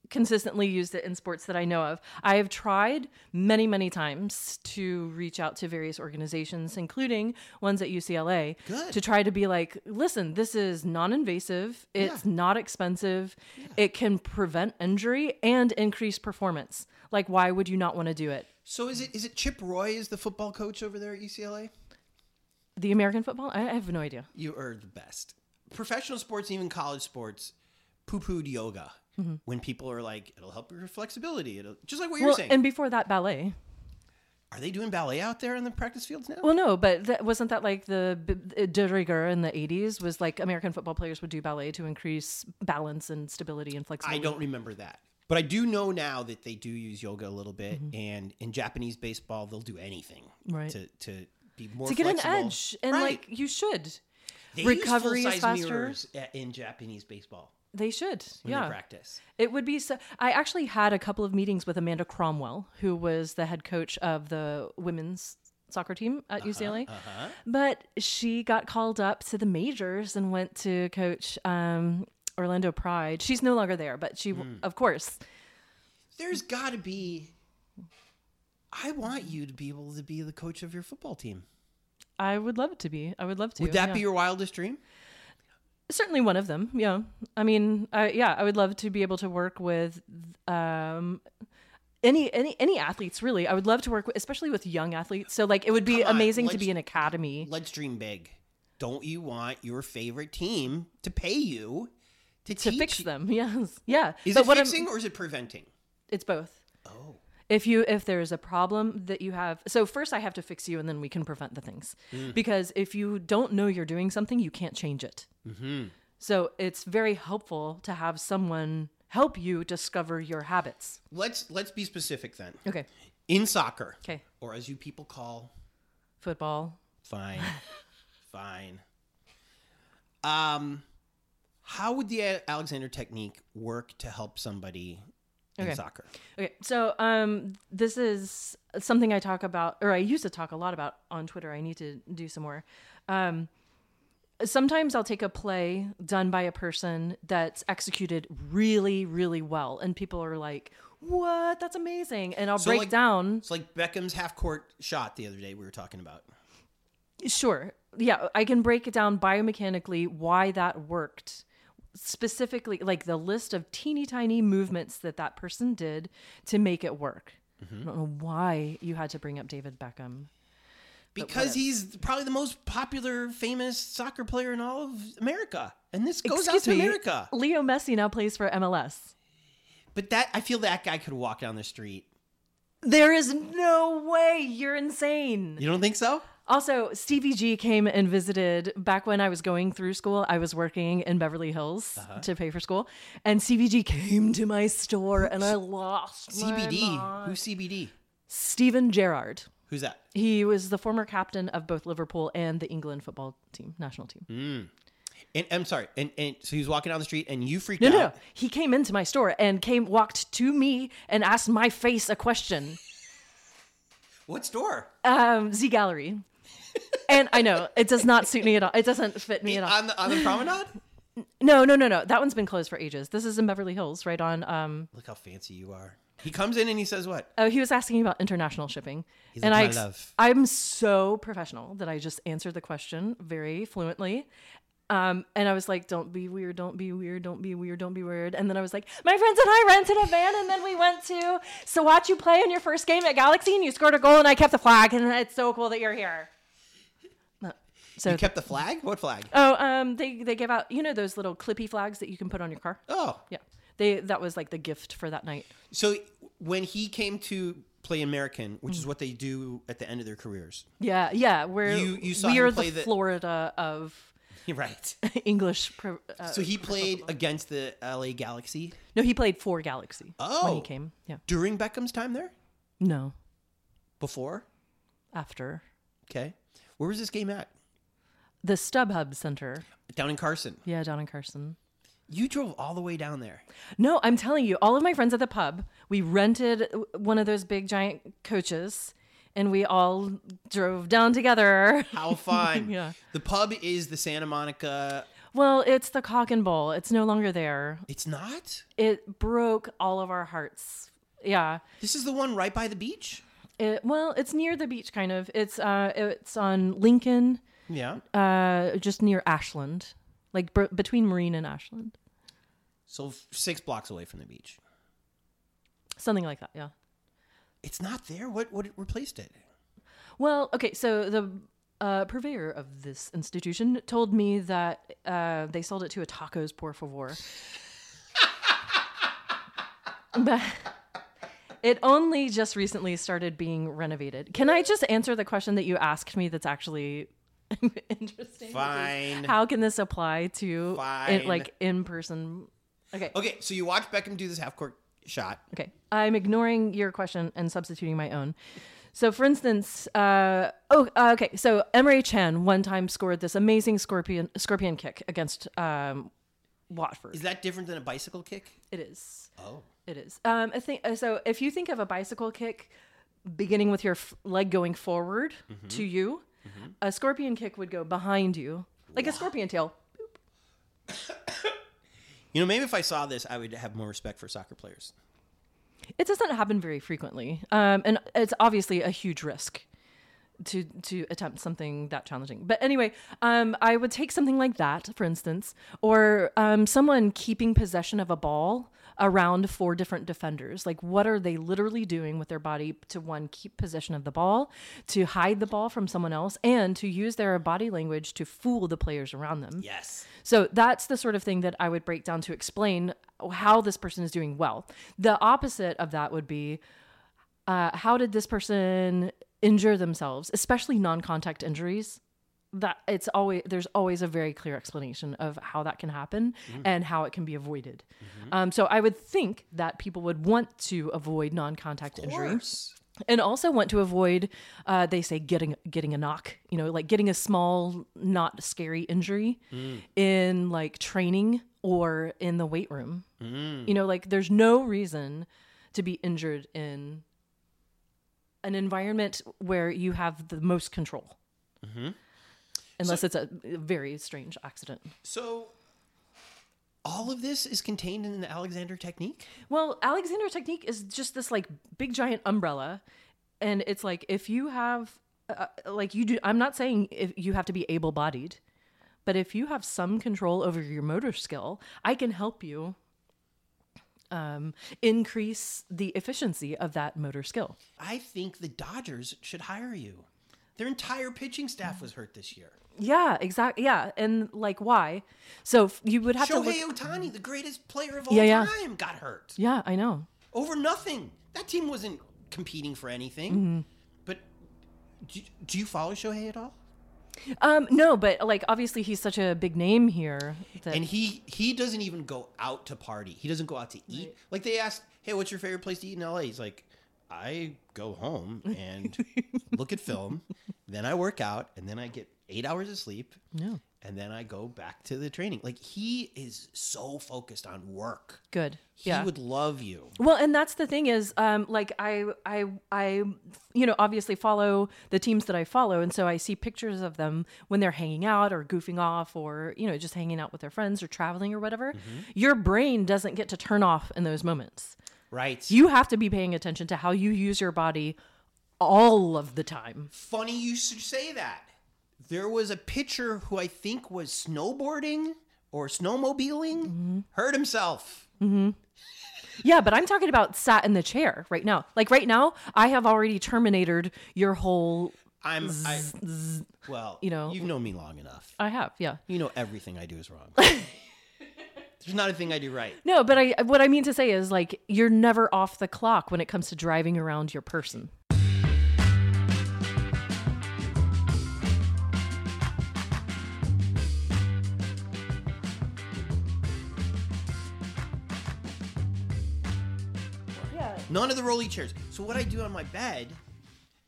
Speaker 2: consistently used it in sports that I know of. I have tried many, many times to reach out to various organizations, including ones at UCLA,
Speaker 1: Good.
Speaker 2: to try to be like, listen, this is non invasive, it's not expensive, it can prevent injury and increase performance. Like, why would you not want to do it?
Speaker 1: So is it is it Chip Roy is the football coach over there at UCLA?
Speaker 2: The American football? I I have no idea.
Speaker 1: You are the best. Professional sports, even college sports, poo pooed yoga. When people are like, it'll help your flexibility. It'll just like what you're
Speaker 2: Well,
Speaker 1: saying.
Speaker 2: and before that, ballet.
Speaker 1: are they doing ballet out there in the practice fields now?
Speaker 2: Well, no, but that, wasn't that like the b- uh, de rigueur in the 80s was like American football players would do ballet to increase balance and stability
Speaker 1: I
Speaker 2: and flexibility?
Speaker 1: don't remember that. But I do know now that they do use yoga a little bit, and in Japanese baseball, they'll do anything
Speaker 2: Mm-hmm. Right.
Speaker 1: to to be more
Speaker 2: to get
Speaker 1: flexible.
Speaker 2: an edge. And
Speaker 1: Right.
Speaker 2: like you should.
Speaker 1: they
Speaker 2: recovery is
Speaker 1: use full-size
Speaker 2: faster.
Speaker 1: mirrors a- in Japanese baseball
Speaker 2: They should.
Speaker 1: when they
Speaker 2: yeah.
Speaker 1: practice.
Speaker 2: It would be so. I actually had a couple of meetings with Amanda Cromwell, who was the head coach of the women's soccer team at UCLA.
Speaker 1: Uh-huh.
Speaker 2: But she got called up to the majors and went to coach um, Orlando Pride. She's no longer there, but she,
Speaker 1: Hmm.
Speaker 2: of course,
Speaker 1: there's got to be I want you to be able to be the coach of your football team.
Speaker 2: I would love to be. I would love to.
Speaker 1: Would that
Speaker 2: yeah.
Speaker 1: be your wildest dream?
Speaker 2: certainly one of them yeah i mean I, yeah i would love to be able to work with um any any any athletes really i would love to work with, especially with young athletes so like it would be
Speaker 1: Come on,
Speaker 2: amazing to
Speaker 1: let's-
Speaker 2: be an academy
Speaker 1: Let's dream big. Don't you want your favorite team to pay you to,
Speaker 2: to
Speaker 1: teach
Speaker 2: fix
Speaker 1: you?
Speaker 2: them yes yeah
Speaker 1: Is
Speaker 2: but
Speaker 1: it
Speaker 2: what I'm-
Speaker 1: fixing or is it preventing?
Speaker 2: it's both
Speaker 1: Oh.
Speaker 2: if you if there is a problem that you have so first i have to fix you and then we can prevent the things
Speaker 1: Mm.
Speaker 2: because if you don't know you're doing something you can't change it
Speaker 1: Mm-hmm.
Speaker 2: so it's very helpful to have someone help you discover your habits
Speaker 1: Let's let's be specific then.
Speaker 2: okay
Speaker 1: In soccer
Speaker 2: okay
Speaker 1: or as you people call
Speaker 2: football
Speaker 1: fine. fine. Um how would the Alexander technique work to help somebody in
Speaker 2: Okay.
Speaker 1: soccer?
Speaker 2: Okay, so um, this is something I talk about, or I used to talk a lot about on Twitter. I need to do some more. Um, sometimes I'll take a play done by a person that's executed really, really well, and people are like, "What? That's amazing!" And I'll
Speaker 1: So,
Speaker 2: break
Speaker 1: like-
Speaker 2: down.
Speaker 1: It's like Beckham's half court shot the other day we were talking about.
Speaker 2: Sure, yeah, I can break it down biomechanically why that worked specifically, like the list of teeny tiny movements that that person did to make it work. I
Speaker 1: Mm-hmm.
Speaker 2: don't know why you had to bring up David Beckham.
Speaker 1: Because he's probably the most popular, famous soccer player in all of America. And this goes out to
Speaker 2: me,
Speaker 1: America.
Speaker 2: Leo Messi now plays for MLS.
Speaker 1: But that I feel that guy could walk down the street.
Speaker 2: There is no way you're insane.
Speaker 1: You don't think so?
Speaker 2: Also, Stevie G came and visited back when I was going through school. I was working in Beverly Hills to pay for school, and Stevie G came to my store, and I lost
Speaker 1: CBD. Who's CBD?
Speaker 2: Stephen Gerrard.
Speaker 1: Who's that?
Speaker 2: He was the former captain of both Liverpool and the England football team, national team.
Speaker 1: And I'm sorry. And, and so he was walking down the street and you freaked
Speaker 2: No,
Speaker 1: out.
Speaker 2: no, no. He came into my store and came walked to me and asked my face a question.
Speaker 1: What store?
Speaker 2: Um, Z Gallery. and I know it does not suit me at all. It doesn't fit me at all.
Speaker 1: On the on the promenade?
Speaker 2: No, no, no, no. That one's been closed for ages. This is in Beverly Hills, right on. Um,
Speaker 1: Look how fancy you are. He comes in and he says what?
Speaker 2: oh, he was asking about international shipping,
Speaker 1: He's
Speaker 2: and
Speaker 1: like,
Speaker 2: I,
Speaker 1: "My
Speaker 2: ex-
Speaker 1: love."
Speaker 2: I'm so professional that I just answered the question very fluently. Um, and I was like, "Don't be weird, don't be weird, don't be weird, don't be weird." And then I was like, "My friends and I rented a van, and then we went to so watch you play in your first game at Galaxy, and you scored a goal, and I kept the flag, and it's so cool that you're here." Uh, So,
Speaker 1: You kept the flag? What flag?
Speaker 2: oh, um, they they give out you know those little clippy flags that you can put on your car.
Speaker 1: Oh.
Speaker 2: Yeah. They that was like the gift for that night.
Speaker 1: So when he came to play American, which is
Speaker 2: Mm.
Speaker 1: what they do at the end of their careers.
Speaker 2: Yeah, yeah. We're
Speaker 1: You- you saw
Speaker 2: we
Speaker 1: him
Speaker 2: are
Speaker 1: play
Speaker 2: the,
Speaker 1: the-
Speaker 2: Florida of
Speaker 1: Right.
Speaker 2: English. Pro, uh,
Speaker 1: So he played against the LA Galaxy
Speaker 2: no, he played for Galaxy when
Speaker 1: Oh.
Speaker 2: he came. Yeah,
Speaker 1: during Beckham's time there?
Speaker 2: no,
Speaker 1: Before?
Speaker 2: after
Speaker 1: Okay. Where was this game at?
Speaker 2: the StubHub Center.
Speaker 1: Down in Carson.
Speaker 2: Yeah, down in Carson.
Speaker 1: You drove all the way down there.
Speaker 2: No, I'm telling you, all of my friends at the pub, we rented one of those big giant coaches, and we all drove down together.
Speaker 1: How fun.
Speaker 2: Yeah.
Speaker 1: The pub is the Santa Monica.
Speaker 2: Well, it's the Cock and Bull. It's no longer there.
Speaker 1: It's not?
Speaker 2: It broke all of our hearts. Yeah.
Speaker 1: This is the one right by the beach?
Speaker 2: It, well, it's near the beach, kind of. It's uh, it's on Lincoln,
Speaker 1: Yeah.
Speaker 2: uh, just near Ashland, like br- between Marine and Ashland,
Speaker 1: So f- six blocks away from the beach.
Speaker 2: something like that. Yeah.
Speaker 1: It's not there. What what replaced it?
Speaker 2: Well, okay. So the uh, purveyor of this institution told me that uh, they sold it to a tacos por favor. but it only just recently started being renovated. Can I just answer the question that you asked me? That's actually interesting.
Speaker 1: Fine.
Speaker 2: How can this apply to
Speaker 1: Fine.
Speaker 2: in, like in person? Okay.
Speaker 1: Okay, so you watch Beckham do this half court shot.
Speaker 2: Okay. I'm ignoring your question and substituting my own. So, for instance, uh, oh, uh, okay. So, Emery Chan one time scored this amazing scorpion scorpion kick against um, Watford.
Speaker 1: Is that different than a bicycle kick?
Speaker 2: it is.
Speaker 1: Oh.
Speaker 2: It is. Um, I think uh, so. If you think of a bicycle kick, beginning with your f- leg going forward to you, a scorpion kick would go behind you, like a scorpion tail.
Speaker 1: You know, maybe if I saw this, I would have more respect for soccer players.
Speaker 2: It doesn't happen very frequently, um, and it's obviously a huge risk to to attempt something that challenging. But anyway, um, I would take something like that, for instance, or um, someone keeping possession of a ball around four different defenders. Like, what are they literally doing with their body to one keep possession of the ball, to hide the ball from someone else, and to use their body language to fool the players around them?
Speaker 1: Yes.
Speaker 2: So that's the sort of thing that I would break down to explain how this person is doing well. The opposite of that would be uh, how did this person injure themselves, especially non contact injuries? That it's always there's always a very clear explanation of how that can happen and how it can be avoided. Um, so I would think that people would want to avoid non-contact injury
Speaker 1: Worse.
Speaker 2: and also want to avoid uh, they say getting getting a knock you know like getting a small not scary injury in like training or in the weight room
Speaker 1: Mm.
Speaker 2: you know like there's no reason to be injured in an environment where you have the most control unless it's a very strange accident.
Speaker 1: So all of this is contained in the Alexander technique?
Speaker 2: Well, Alexander technique is just this like big giant umbrella, and it's like if you have, uh, like you do. I'm not saying if you have to be able-bodied, but if you have some control over your motor skill, I can help you um, increase the efficiency of that motor skill.
Speaker 1: I think the Dodgers should hire you. Their entire pitching staff was hurt this year.
Speaker 2: Yeah, exactly. Yeah, and like why? So f- you would have to. Look-
Speaker 1: Shohei Otani, the greatest player of all
Speaker 2: Yeah, yeah.
Speaker 1: time, got hurt
Speaker 2: yeah, I know.
Speaker 1: over nothing. That team wasn't competing for anything.
Speaker 2: Mm-hmm.
Speaker 1: But do, do you follow Shohei at all?
Speaker 2: Um, no, but like obviously he's such a big name here. That,
Speaker 1: And he he doesn't even go out to party. He doesn't go out to eat. Like they asked, "Hey, what's your favorite place to eat in LA?" He's like, "I go home and look at film, then I work out, and then I get 8 hours of sleep,
Speaker 2: no,
Speaker 1: and then I go back to the training." Like he is so focused on work.
Speaker 2: good.
Speaker 1: He
Speaker 2: yeah.
Speaker 1: would love you.
Speaker 2: Well, and that's the thing is, um, like I, I, I, you know, obviously follow the teams that I follow, and so I see pictures of them when they're hanging out or goofing off, or you know, just hanging out with their friends or traveling or whatever. Your brain doesn't get to turn off in those moments.
Speaker 1: Right.
Speaker 2: You have to be paying attention to how you use your body all of the time.
Speaker 1: Funny you should say that. There was a pitcher who I think was snowboarding or snowmobiling, hurt himself.
Speaker 2: Yeah, but I'm talking about sat in the chair right now. Like right now, I have already terminated your whole.
Speaker 1: I'm, I, well, you
Speaker 2: You
Speaker 1: know, Uh,
Speaker 2: know.
Speaker 1: you've known me long enough.
Speaker 2: I have, yeah.
Speaker 1: You know everything I do is wrong. There's not a thing I do right.
Speaker 2: No, but I what I mean to say is like you're never off the clock when it comes to driving around your person.
Speaker 1: None of the rolly chairs. So what I do on my bed,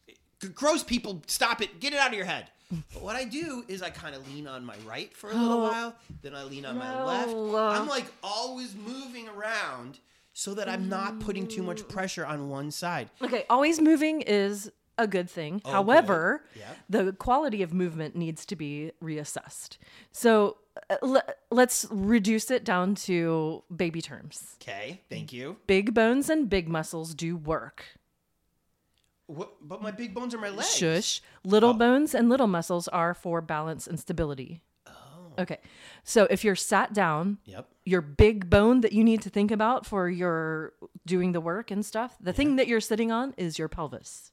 Speaker 1: g- gross people, stop it, get it out of your head. But what I do is I kind of lean on my right for a little while, then I lean on my left.
Speaker 2: Oh. No.
Speaker 1: I'm like always moving around so that I'm not putting too
Speaker 2: Mm.
Speaker 1: much pressure on one side.
Speaker 2: Okay, always moving is a good thing. However,
Speaker 1: Oh, Yeah.
Speaker 2: the quality of movement needs to be reassessed. So uh, le- let's reduce it down to baby terms.
Speaker 1: Okay, thank you.
Speaker 2: Big bones and big muscles do work.
Speaker 1: What, but my big bones are my legs.
Speaker 2: Shush. Little bones and little muscles are for balance and stability.
Speaker 1: Oh.
Speaker 2: Okay. So if you're sat down,
Speaker 1: Yep.
Speaker 2: your big bone that you need to think about for your doing the work and stuff, the thing that you're sitting on is your pelvis.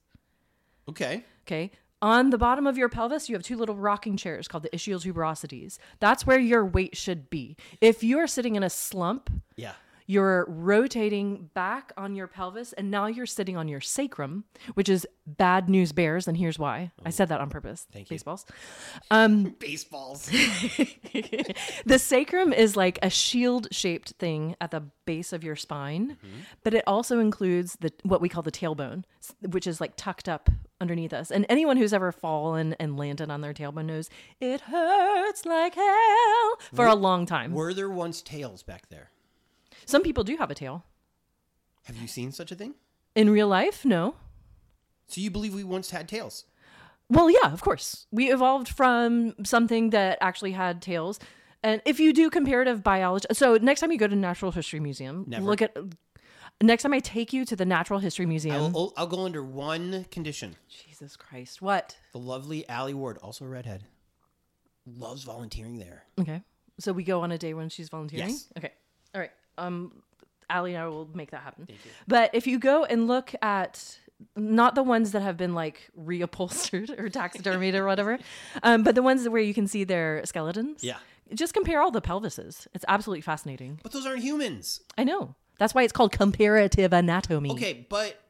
Speaker 1: Okay.
Speaker 2: Okay. On the bottom of your pelvis, you have two little rocking chairs called the ischial tuberosities. That's where your weight should be. If you're sitting in a slump,
Speaker 1: Yeah.
Speaker 2: you're rotating back on your pelvis, and now you're sitting on your sacrum, which is bad news bears. And here's why I said that on purpose.
Speaker 1: Thank you.
Speaker 2: Baseballs.
Speaker 1: Baseballs.
Speaker 2: the sacrum is like a shield shaped thing at the base of your spine,
Speaker 1: Mm-hmm.
Speaker 2: but it also includes the what we call the tailbone, s- which is like tucked up underneath us. And anyone who's ever fallen and landed on their tailbone knows it hurts like hell for a long time.
Speaker 1: Were there once tails back there?
Speaker 2: Some people do have a tail.
Speaker 1: Have you seen such a thing?
Speaker 2: In real life, no.
Speaker 1: So you believe we once had tails?
Speaker 2: Well, yeah, of course. We evolved from something that actually had tails. And if you do comparative biology, so next time you go to Natural History Museum,
Speaker 1: Never.
Speaker 2: look at. Next time I take you to the Natural History Museum.
Speaker 1: I'll, I'll go under one condition.
Speaker 2: Jesus Christ. What?
Speaker 1: The lovely Allie Ward, also a redhead, loves volunteering there.
Speaker 2: Okay. So we go on a day when she's volunteering?
Speaker 1: Yes.
Speaker 2: Okay. All right. Um Allie and I will make that happen. But if you go and look at not the ones that have been like reupholstered or taxidermied or whatever, um, but the ones where you can see their skeletons.
Speaker 1: Yeah.
Speaker 2: Just compare all the pelvises. It's absolutely fascinating.
Speaker 1: But those aren't humans.
Speaker 2: I know. That's why it's called comparative anatomy.
Speaker 1: Okay, but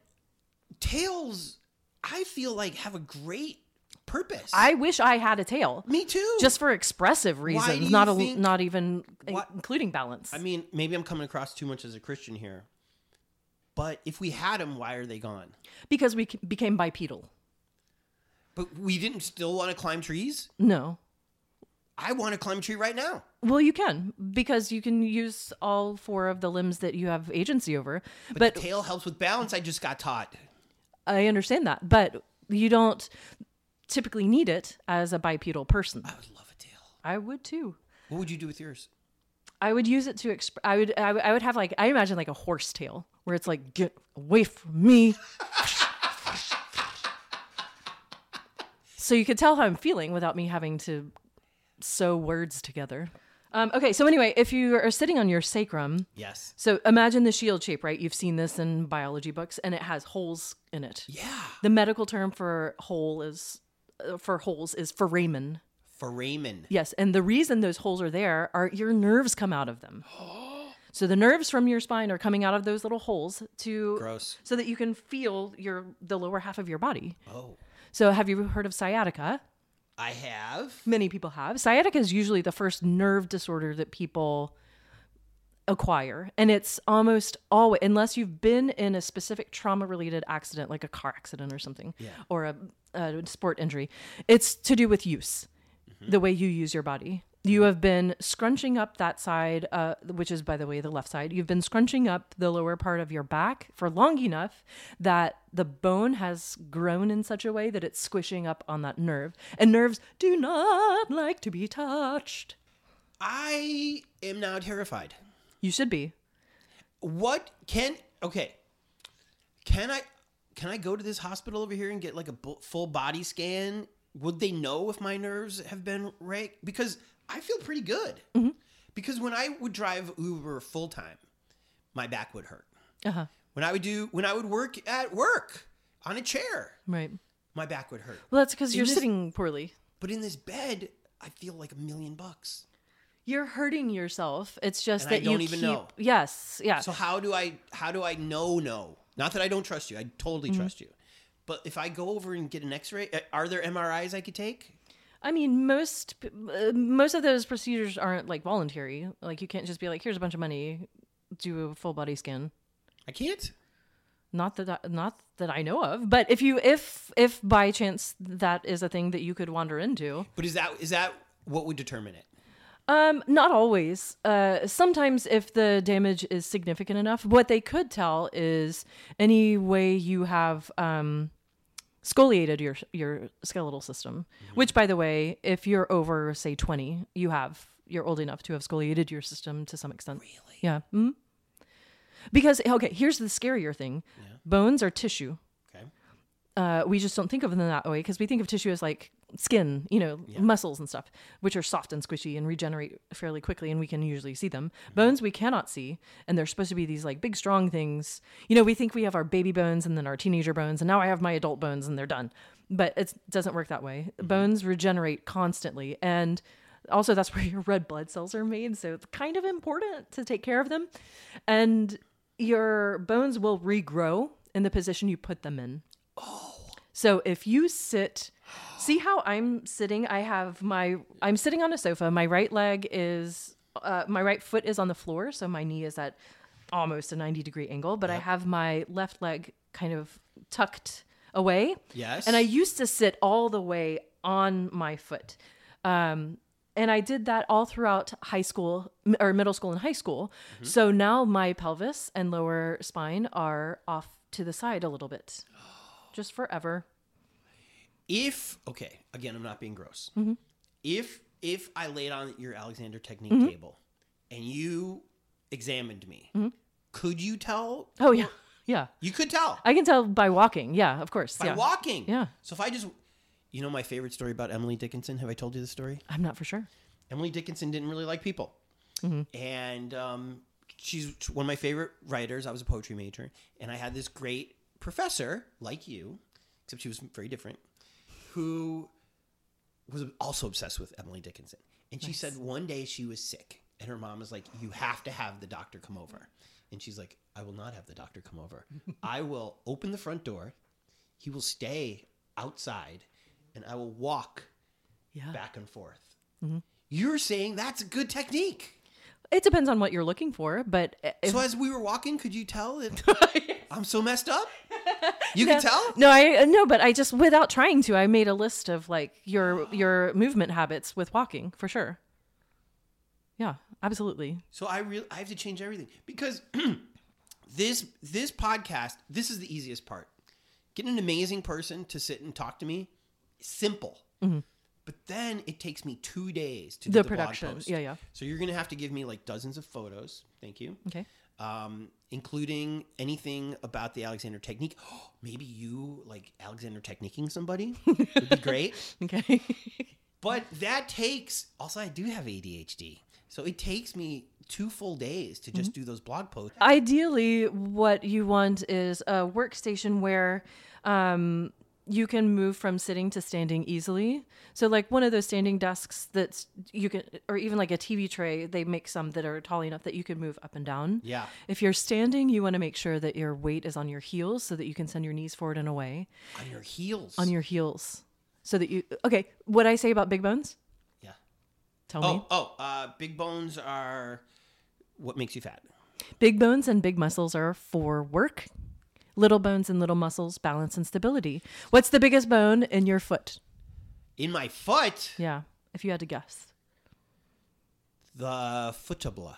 Speaker 1: tails, I feel like have a great purpose.
Speaker 2: I wish I had a tail.
Speaker 1: me too.
Speaker 2: Just for expressive
Speaker 1: do you
Speaker 2: reasons, not a,
Speaker 1: think-
Speaker 2: not even in-
Speaker 1: Why-
Speaker 2: including balance.
Speaker 1: I mean, maybe I'm coming across too much as a Christian here. But if we had them, why are they gone?
Speaker 2: because we c- became bipedal.
Speaker 1: But we didn't still want to climb trees.
Speaker 2: No.
Speaker 1: I want to climb a tree right now.
Speaker 2: Well, you can because you can use all four of the limbs that you have agency over. But,
Speaker 1: Tail helps with balance. I just got taught.
Speaker 2: I understand that. But you don't. typically need it as a bipedal person.
Speaker 1: I would love a tail.
Speaker 2: I would too.
Speaker 1: What would you do with yours?
Speaker 2: I would use it to exp- I would I would- I would have like I imagine like a horse tail where it's like get away from me. so you could tell how I'm feeling without me having to sew words together. Um, okay, so anyway, if you are sitting on your sacrum,
Speaker 1: Yes.
Speaker 2: so imagine the shield shape, right? You've seen this in biology books, and it has holes in it.
Speaker 1: Yeah.
Speaker 2: The medical term for hole is uh, for holes is foramen.
Speaker 1: Foramen.
Speaker 2: Yes, and the reason those holes are there are your nerves come out of them. so the nerves from your spine are coming out of those little holes to
Speaker 1: Gross.
Speaker 2: so that you can feel your the lower half of your body.
Speaker 1: Oh.
Speaker 2: So have you heard of sciatica?
Speaker 1: I have.
Speaker 2: Many people have. Sciatica is usually the first nerve disorder that people acquire, and it's almost always unless you've been in a specific trauma related accident like a car accident or something or a, a sport injury, it's to do with use the way you use your body. You have been scrunching up that side, uh, which is, by the way, the left side. You've been scrunching up the lower part of your back for long enough that the bone has grown in such a way that it's squishing up on that nerve. And nerves do not like to be touched.
Speaker 1: I am now terrified.
Speaker 2: You should be.
Speaker 1: What can okay? Can I can I go to this hospital over here and get like a bu- full body scan? Would they know if my nerves have been right? Because I feel pretty good. Because when I would drive Uber full time, my back would hurt.
Speaker 2: Uh huh.
Speaker 1: When I would do when I would work at work on a chair,
Speaker 2: Right.
Speaker 1: my back would hurt.
Speaker 2: Well, that's because you're
Speaker 1: this-
Speaker 2: sitting poorly.
Speaker 1: But in this bed, I feel like a million bucks.
Speaker 2: You're hurting yourself. It's just
Speaker 1: And I
Speaker 2: that
Speaker 1: don't
Speaker 2: you
Speaker 1: even
Speaker 2: keep.
Speaker 1: know.
Speaker 2: Yes. Yeah.
Speaker 1: So how do I how do I know no? Not that I don't trust you. I totally
Speaker 2: Mm-hmm.
Speaker 1: trust you. But if I go over and get an X-ray, uh, are there MRIs I could take?
Speaker 2: I mean, most p- uh, most of those procedures aren't like voluntary. Like you can't just be like, "Here's a bunch of money, do a full body scan."
Speaker 1: I can't.
Speaker 2: Not that I, not that I know of, but if you if if by chance that is a thing that you could wander into,
Speaker 1: But is that is that what would determine it?
Speaker 2: um, not always. Uh, sometimes if the damage is significant enough, what they could tell is any way you have um scoliated your your skeletal system. Which, by the way, if you're over say twenty, you have you're old enough to have scoliated your system to some extent. Really? Yeah. Mhm. Because okay, here's the scarier thing: bones are tissue.
Speaker 1: Okay.
Speaker 2: Uh, we just don't think of them that way because we think of tissue as like skin, you know, muscles and stuff, which are soft and squishy and regenerate fairly quickly, and we can usually see them. Bones we cannot see, and they're supposed to be these like big, strong things. You know, we think we have our baby bones and then our teenager bones, and now I have my adult bones and they're done. But it doesn't work that way. Bones regenerate constantly, and also that's where your red blood cells are made so it's kind of important to take care of them and your bones will regrow in the position you put them in so if you sit, see how I'm sitting. I have my I'm sitting on a sofa. My right leg is uh, my right foot is on the floor, so my knee is at almost a 90 degree angle. But I have my left leg kind of tucked away.
Speaker 1: Yes.
Speaker 2: And I used to sit all the way on my foot. Um, and I did that all throughout high school m- or middle school and high school. So now my pelvis and lower spine are off to the side a little bit. Just forever.
Speaker 1: if okay, again, I'm not being gross.
Speaker 2: Mm-hmm.
Speaker 1: If if I laid on your Alexander technique
Speaker 2: Mm-hmm.
Speaker 1: table and you examined me, could you tell?
Speaker 2: Oh yeah. Yeah.
Speaker 1: You could tell
Speaker 2: I can tell by walking. Yeah, of course.
Speaker 1: by
Speaker 2: yeah.
Speaker 1: walking.
Speaker 2: Yeah.
Speaker 1: So if I just, you know, my favorite story about Emily Dickinson. Have I told you this story?
Speaker 2: I'm not for sure.
Speaker 1: Emily Dickinson didn't really like people. And um, she's one of my favorite writers. I was a poetry major. And I had this great professor, like you, except she was very different, who was also obsessed with Emily Dickinson. And she said one day she was sick. And her mom was like, You have to have the doctor come over. And she's like, I will not have the doctor come over. I will open the front door. He will stay outside. And I will walk
Speaker 2: Yeah.
Speaker 1: back and forth.
Speaker 2: Mm-hmm.
Speaker 1: You're saying that's a good technique.
Speaker 2: It depends on what you're looking for, but if,
Speaker 1: so as we were walking, could you tell that I'm so messed up? You can tell?
Speaker 2: no, I uh, no, but I just without trying to, I made a list of like your your movement habits with walking for sure. Yeah, absolutely.
Speaker 1: So I really I have to change everything because this this podcast, this is the easiest part. Get an amazing person to sit and talk to me simple. But then it takes me two days to do
Speaker 2: Mm-hmm. The
Speaker 1: the
Speaker 2: production.
Speaker 1: Blog post.
Speaker 2: Yeah, yeah.
Speaker 1: So you're gonna have to give me like dozens of photos. Thank you.
Speaker 2: Okay.
Speaker 1: Um, including anything about the Alexander technique. Maybe you like Alexander techniquing somebody would be great.
Speaker 2: Okay.
Speaker 1: But that takes. Also, I do have ADHD, so it takes me two full days to
Speaker 2: Mm-hmm.
Speaker 1: just do those blog posts.
Speaker 2: Ideally, what you want is a workstation where um, you can move from sitting to standing easily. So, like one of those standing desks that's you can, or even like a TV tray, they make some that are tall enough that you can move up and down.
Speaker 1: Yeah.
Speaker 2: If you're standing, you want to make sure that your weight is on your heels so that you can send your knees forward and away
Speaker 1: On your heels.
Speaker 2: on your heels. So that you, okay, what I say about big bones,
Speaker 1: yeah.
Speaker 2: tell me.
Speaker 1: Oh, oh. Uh, big bones are what makes you fat.
Speaker 2: Big bones and big muscles are for work. Little bones and little muscles, balance and stability. What's the biggest bone in your foot?
Speaker 1: In my foot,
Speaker 2: Yeah, if you had to guess.
Speaker 1: the footabla.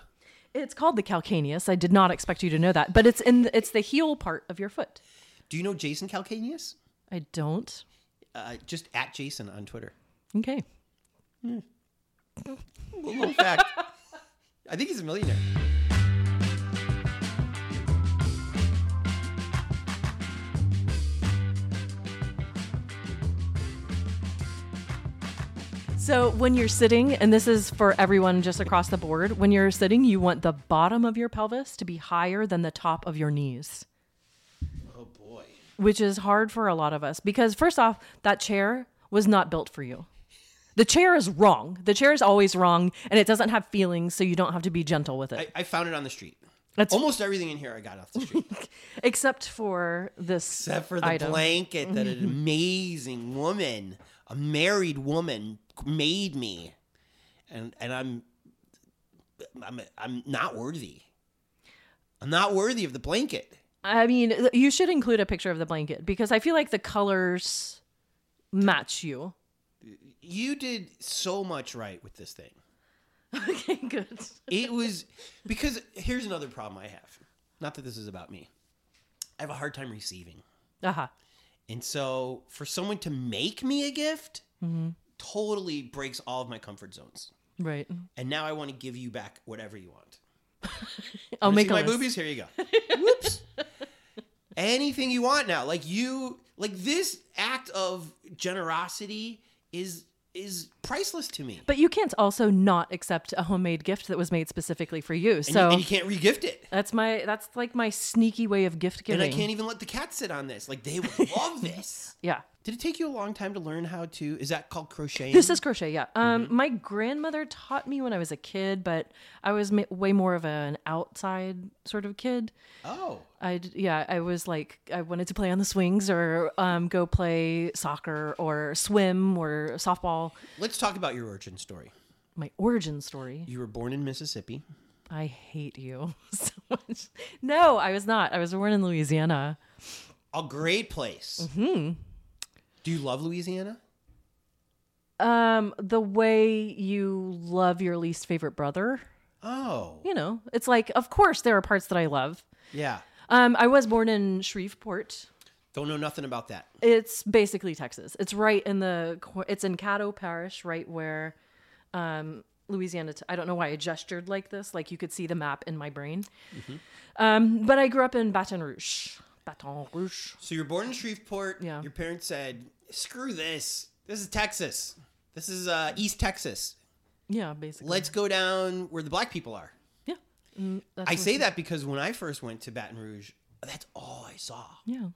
Speaker 2: It's called the calcaneus. I did not expect you to know that, but it's in the, it's the heel part of your foot.
Speaker 1: Do you know Jason Calcaneus?
Speaker 2: I don't.
Speaker 1: Uh, just at Jason on Twitter.
Speaker 2: Okay.
Speaker 1: Little fact. I think he's a millionaire.
Speaker 2: So when you're sitting, and this is for everyone just across the board, when you're sitting, you want the bottom of your pelvis to be higher than the top of your knees.
Speaker 1: Oh boy.
Speaker 2: which is hard for a lot of us because first off that chair was not built for you the chair is wrong the chair is always wrong and it doesn't have feelings so you don't have to be gentle with it
Speaker 1: I, I found it on the street.
Speaker 2: That's-
Speaker 1: Almost everything in here I got off the street.
Speaker 2: except for this
Speaker 1: Except for the
Speaker 2: item.
Speaker 1: blanket that an amazing woman, a married woman, made me. And and I'm I'm I'm not worthy. I'm not worthy of the blanket.
Speaker 2: i mean you should include a picture of the blanket because i feel like the colors match you
Speaker 1: You did so much right with this thing.
Speaker 2: okay good
Speaker 1: it was because here's another problem I have. Not that this is about me. I have a hard time receiving.
Speaker 2: uh-huh
Speaker 1: And so for someone to make me a gift
Speaker 2: Mm-hmm.
Speaker 1: totally breaks all of my comfort zones.
Speaker 2: right
Speaker 1: And now I want to give you back whatever you want.
Speaker 2: i'll
Speaker 1: Wanna
Speaker 2: make
Speaker 1: see
Speaker 2: a
Speaker 1: my
Speaker 2: list.
Speaker 1: boobies. Here you go. Whoops. Anything you want now. Like you like this act of generosity is is priceless to me.
Speaker 2: but you can't also not accept a homemade gift that was made specifically for you
Speaker 1: And, you-
Speaker 2: so
Speaker 1: and you can't regift it.
Speaker 2: that's my that's like my sneaky way of gift
Speaker 1: And
Speaker 2: giving
Speaker 1: I can't e- even let the cat sit on this. Like they would love this.
Speaker 2: yeah
Speaker 1: Did it take you a long time to learn how to? Is that called crocheting?
Speaker 2: This is crochet, yeah. Um, My grandmother taught me when I was a kid, but I was ma- way more of an outside sort of kid.
Speaker 1: oh,
Speaker 2: I d- yeah, I was like I wanted to play on the swings or um, go play soccer or swim or softball.
Speaker 1: let's talk about your origin story.
Speaker 2: My origin story.
Speaker 1: You were born in Mississippi.
Speaker 2: I hate you so much. No, I was not. I was born in Louisiana.
Speaker 1: A great place.
Speaker 2: Mm-hmm.
Speaker 1: Do you love Louisiana?
Speaker 2: Um, the way you love your least favorite brother.
Speaker 1: Oh,
Speaker 2: You know, it's like of course there are parts that I love.
Speaker 1: yeah.
Speaker 2: Um, I was born in Shreveport,
Speaker 1: Don't know nothing about that.
Speaker 2: It's basically Texas. It's right in the cor- it's in Caddo Parish, right where um Louisiana I don't know why I gestured like this, like you could see the map in my brain.
Speaker 1: Mm-hmm.
Speaker 2: Um but I grew up in Baton Rouge. Baton Rouge.
Speaker 1: So you're born in Shreveport.
Speaker 2: Yeah.
Speaker 1: Your parents said, "Screw this. This is Texas. This is uh, East Texas.
Speaker 2: Yeah, basically.
Speaker 1: Let's go down where the black people are."
Speaker 2: yeah. Mm, that's
Speaker 1: I
Speaker 2: what-
Speaker 1: say that because when I first went to Baton Rouge, that's all I saw.
Speaker 2: Yeah.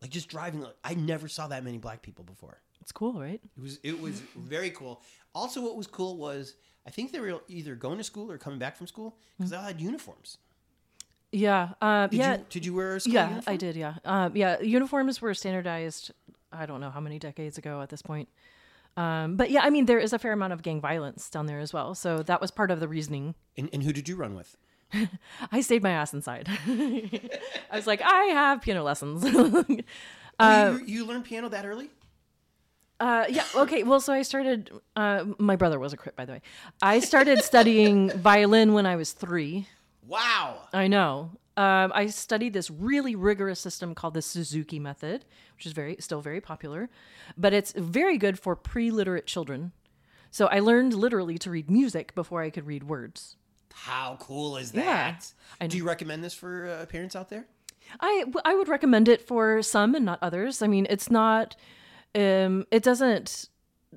Speaker 1: Like just driving, like, I never saw that many black people before.
Speaker 2: It's cool, right?
Speaker 1: It was it was very cool. Also, what was cool was I think they were either going to school or coming back from school because they all had uniforms.
Speaker 2: Yeah. Uh,
Speaker 1: Did
Speaker 2: yeah.
Speaker 1: you, did you wear a school
Speaker 2: yeah,
Speaker 1: uniform?
Speaker 2: I did. Yeah, um, yeah. Uniforms were standardized. I don't know how many decades ago at this point, um, but yeah, I mean there is a fair amount of gang violence down there as well. So that was part of the reasoning.
Speaker 1: And, and who did you run with?
Speaker 2: I stayed my ass inside. I was like, I have piano lessons.
Speaker 1: you, you learned piano that early?
Speaker 2: uh, yeah, okay. Well, so I started. Uh, my brother was a crip, by the way. I started studying violin when I was three.
Speaker 1: Wow!
Speaker 2: I know. Um, I studied this really rigorous system called the Suzuki method, which is very still very popular, but it's very good for pre-literate children. So I learned literally to read music before I could read words.
Speaker 1: How cool is
Speaker 2: Yeah.
Speaker 1: that?
Speaker 2: I
Speaker 1: Do you recommend this for uh, parents out there?
Speaker 2: I w- I would recommend it for some and not others. I mean, it's not um it doesn't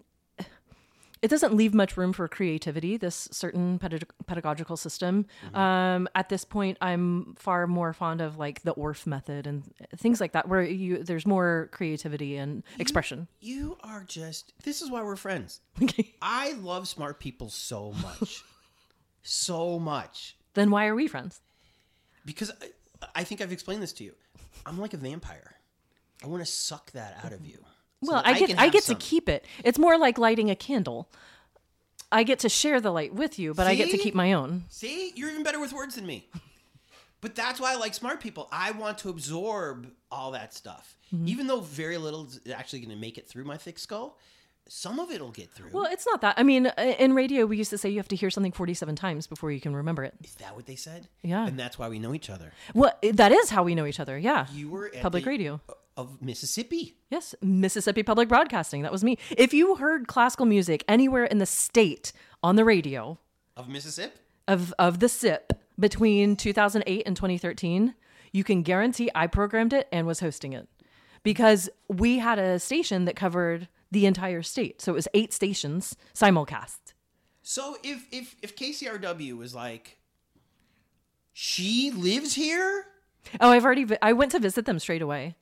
Speaker 2: it doesn't leave much room for creativity this certain pedag- pedagogical system
Speaker 1: Mm-hmm.
Speaker 2: um, at this point i'm far more fond of like the orf method and things like that where you there's more creativity and
Speaker 1: Mm-hmm.
Speaker 2: expression
Speaker 1: You are just. This is why we're friends.
Speaker 2: Okay.
Speaker 1: I love smart people so much, so much
Speaker 2: then why are we friends
Speaker 1: because I, I think I've explained this to you. I'm like a vampire. I want to suck that out of you. so
Speaker 2: well
Speaker 1: that
Speaker 2: i get
Speaker 1: can
Speaker 2: i,
Speaker 1: have
Speaker 2: get
Speaker 1: some.
Speaker 2: to keep it it's more like lighting a candle i get to share the light with you but i get to
Speaker 1: See?
Speaker 2: keep my own
Speaker 1: See, you're even better with words than me. But that's why I like smart people. I want to absorb all that stuff,
Speaker 2: Mm-hmm.
Speaker 1: even though very little is actually going to make it through my thick skull. Some of it'll get through.
Speaker 2: Well, it's not that. I mean, uh, in radio, we used to say you have to hear something 47 times before you can remember it.
Speaker 1: Is that what they said?
Speaker 2: Yeah.
Speaker 1: And that's why we know each other.
Speaker 2: Well, that is how we know each other. Yeah.
Speaker 1: You were at
Speaker 2: Public
Speaker 1: the-
Speaker 2: radio.
Speaker 1: of Mississippi.
Speaker 2: Yes. Mississippi Public Broadcasting. That was me. If you heard classical music anywhere in the state on the radio
Speaker 1: Of Mississippi?
Speaker 2: of, of the SIP between 2008 and 2013, you can guarantee I programmed it and was hosting it because we had a station that covered the entire state. So it was eight stations simulcast.
Speaker 1: So if if if KCRW was like she lives here,
Speaker 2: Oh, I've already. Vi- I went to visit them straight away,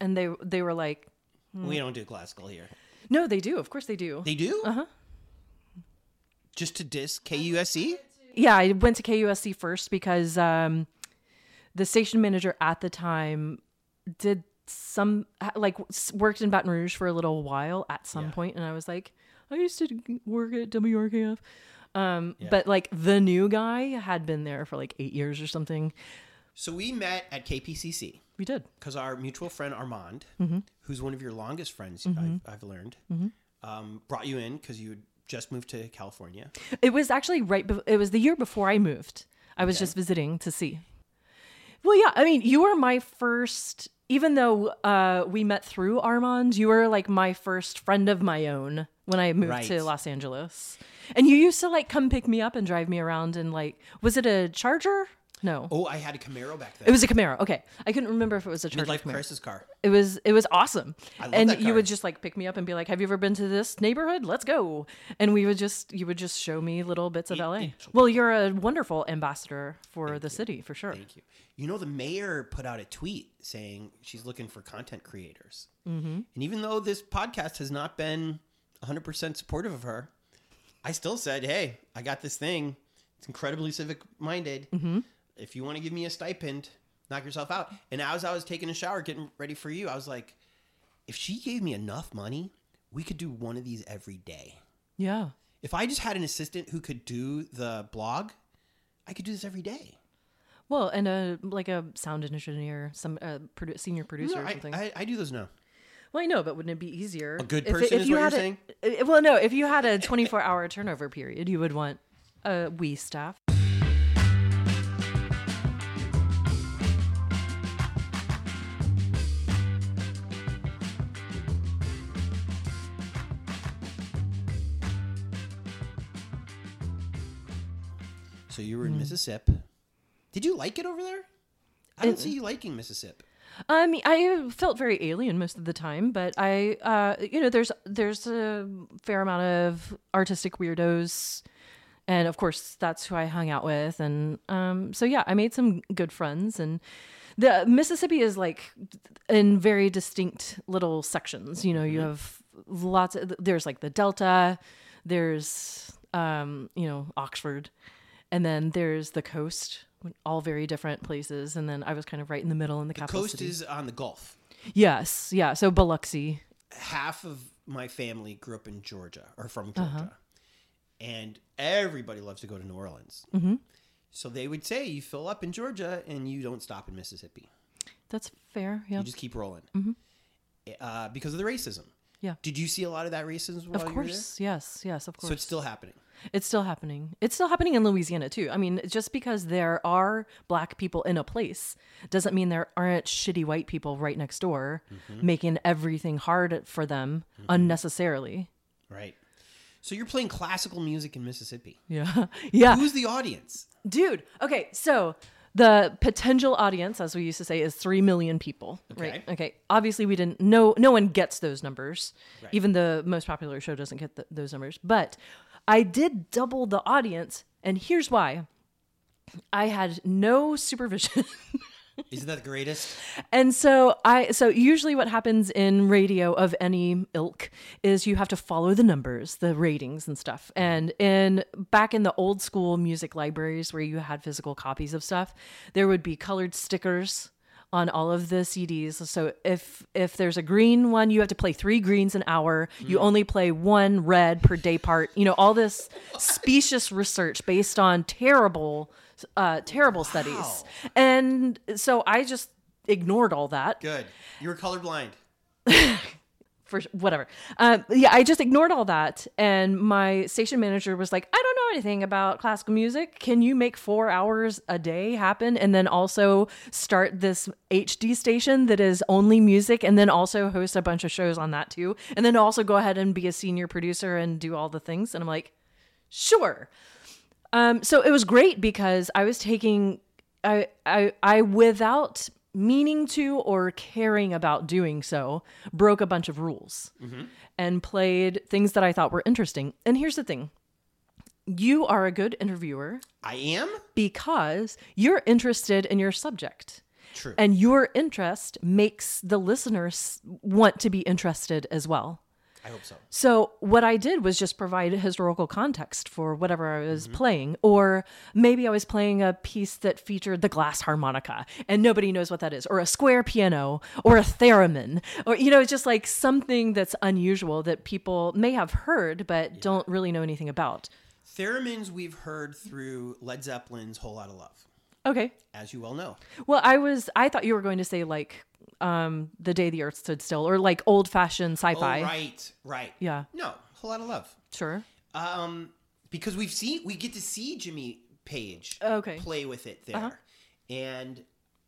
Speaker 2: and they they were like, Hmm.
Speaker 1: we don't do classical here.
Speaker 2: "No, they do. Of course they do."
Speaker 1: They do? Uh-huh. Just to diss KUSE?
Speaker 2: yeah, I went to KUSC first because um, the station manager at the time did some like s- worked in Baton Rouge for a little while at some point, and I was like, "I used to work at WRKF." Um, but like the new guy had been there for like eight years or something.
Speaker 1: So we met at KPCC.
Speaker 2: We did.
Speaker 1: because our mutual friend Armand,
Speaker 2: Mm-hmm.
Speaker 1: who's one of your longest friends, I've, I've learned, um, brought you in because you had just moved to California.
Speaker 2: It was actually right. Be- it was the year before I moved. I was just visiting to see. Well, yeah. I mean, you were my first. Even though uh, we met through Armand, you were like my first friend of my own when I moved
Speaker 1: Right.
Speaker 2: to Los Angeles. And you used to like come pick me up and drive me around. And like, was it a Charger? No,
Speaker 1: Oh, I had a Camaro back
Speaker 2: it
Speaker 1: then.
Speaker 2: was a Camaro. Okay, I couldn't remember if it was a Charger.
Speaker 1: Life
Speaker 2: Camaro.
Speaker 1: crisis car.
Speaker 2: It was it was awesome.
Speaker 1: love
Speaker 2: and
Speaker 1: that
Speaker 2: you
Speaker 1: car.
Speaker 2: would just like pick me up and be like, "Have you ever been to this neighborhood? Let's go." And we would just you would just show me little bits of LA. Well, you're a wonderful ambassador for the city for sure.
Speaker 1: Thank you. You know, the mayor put out a tweet saying she's looking for content creators. And even though this podcast has not been 100% supportive of her, I still said, hey, I got this thing. It's incredibly civic minded. If you want to give me a stipend, knock yourself out. And as I was taking a shower, getting ready for you, I was like, if she gave me enough money, we could do one of these every day.
Speaker 2: Yeah.
Speaker 1: If I just had an assistant who could do the blog, I could do this every day.
Speaker 2: Well, and a like a sound engineer, some uh, produ- senior producer
Speaker 1: No,
Speaker 2: or
Speaker 1: I,
Speaker 2: something.
Speaker 1: I, I do those now.
Speaker 2: well, I know, but wouldn't it be easier? A
Speaker 1: good person is what
Speaker 2: had
Speaker 1: you're
Speaker 2: a-
Speaker 1: saying?
Speaker 2: i- well, no, if you had a 24 hour turnover period, you would want a we staff.
Speaker 1: So you
Speaker 2: Hmm.
Speaker 1: were in Mississippi. Did you like it over there? I don't see you liking Mississippi.
Speaker 2: Um, I felt very alien most of the time, but I, uh, you know, there's there's a fair amount of artistic weirdos, and of course that's who I hung out with, and um, so yeah, I made some good friends, and the Mississippi is like in very distinct little sections. You know, you
Speaker 1: Mm-hmm.
Speaker 2: have lots of there's like the Delta, there's um, you know Oxford, and then there's the coast. All very different places, and then I was kind of right in the middle in the, capital
Speaker 1: Coast
Speaker 2: city.
Speaker 1: is on the Gulf.
Speaker 2: Yes, yeah. So Biloxi.
Speaker 1: Half of my family grew up in Georgia or from Georgia.
Speaker 2: Uh-huh.
Speaker 1: And everybody loves to go to New Orleans. Mm-hmm. So they would say you fill up in Georgia and you don't stop in Mississippi.
Speaker 2: That's fair. Yeah.
Speaker 1: You just keep rolling
Speaker 2: Mm-hmm.
Speaker 1: uh, because of the racism.
Speaker 2: Yeah.
Speaker 1: Did you see a lot of that racism while
Speaker 2: Of
Speaker 1: you were there?
Speaker 2: course. Yes. Yes. Of course.
Speaker 1: So it's still happening.
Speaker 2: It's still happening. It's still happening in Louisiana too. I mean, just because there are black people in a place doesn't mean there aren't shitty white people right next door
Speaker 1: Mm-hmm.
Speaker 2: making everything hard for them unnecessarily.
Speaker 1: Right. So you're playing classical music in Mississippi.
Speaker 2: Yeah. Yeah.
Speaker 1: Who's the audience?
Speaker 2: Dude. Okay. So the potential audience, as we used to say, is 3 million people. Right.
Speaker 1: Okay.
Speaker 2: Okay. Obviously, we didn't, no, no one gets those numbers. Even the most popular show doesn't get th those numbers. But I did double the audience. And here's why I had no supervision.
Speaker 1: Isn't that the greatest?
Speaker 2: And so I so usually what happens in radio of any ilk is you have to follow the numbers, the ratings and stuff. And in back in the old school music libraries where you had physical copies of stuff, there would be colored stickers on all of the CDs. So if if there's a green one, you have to play 3 greens an hour. You only play one red per day part. You know, all this specious research based on terrible uh terrible studies. And so I just ignored all that
Speaker 1: Good. You were colorblind.
Speaker 2: for whatever. Um, yeah, I just ignored all that. And my station manager was like, I don't know anything about classical music. Can you make four hours a day happen and then also start this HD station that is only music and then also host a bunch of shows on that too? And then also go ahead and be a senior producer and do all the things. And I'm like, sure. Um, so it was great because I was taking I I I without meaning to or caring about doing so broke a bunch of rules and played things that I thought were interesting. And here's the thing. You are a good interviewer
Speaker 1: I am?
Speaker 2: because you're interested in your subject.
Speaker 1: True.
Speaker 2: And your interest makes the listeners want to be interested as well.
Speaker 1: I hope so.
Speaker 2: So what I did was just provide historical context for whatever I
Speaker 1: Mm-hmm.
Speaker 2: was playing, or maybe I was playing a piece that featured the glass harmonica, and nobody knows what that is, or a square piano, or a theremin, or you know, just like something that's unusual that people may have heard but don't really know anything about.
Speaker 1: Theremins we've heard through Led Zeppelin's Whole Lot of Love,
Speaker 2: Okay.
Speaker 1: as you well know.
Speaker 2: Well, I was I thought you were going to say like um the day the earth stood still or like old fashioned
Speaker 1: Oh,
Speaker 2: sci-fi.
Speaker 1: right, right.
Speaker 2: Yeah.
Speaker 1: No, Whole Lot of Love.
Speaker 2: Sure.
Speaker 1: Um, because we've seen, we get to see Jimmy Page
Speaker 2: Okay. Uh-huh.
Speaker 1: play with it there. And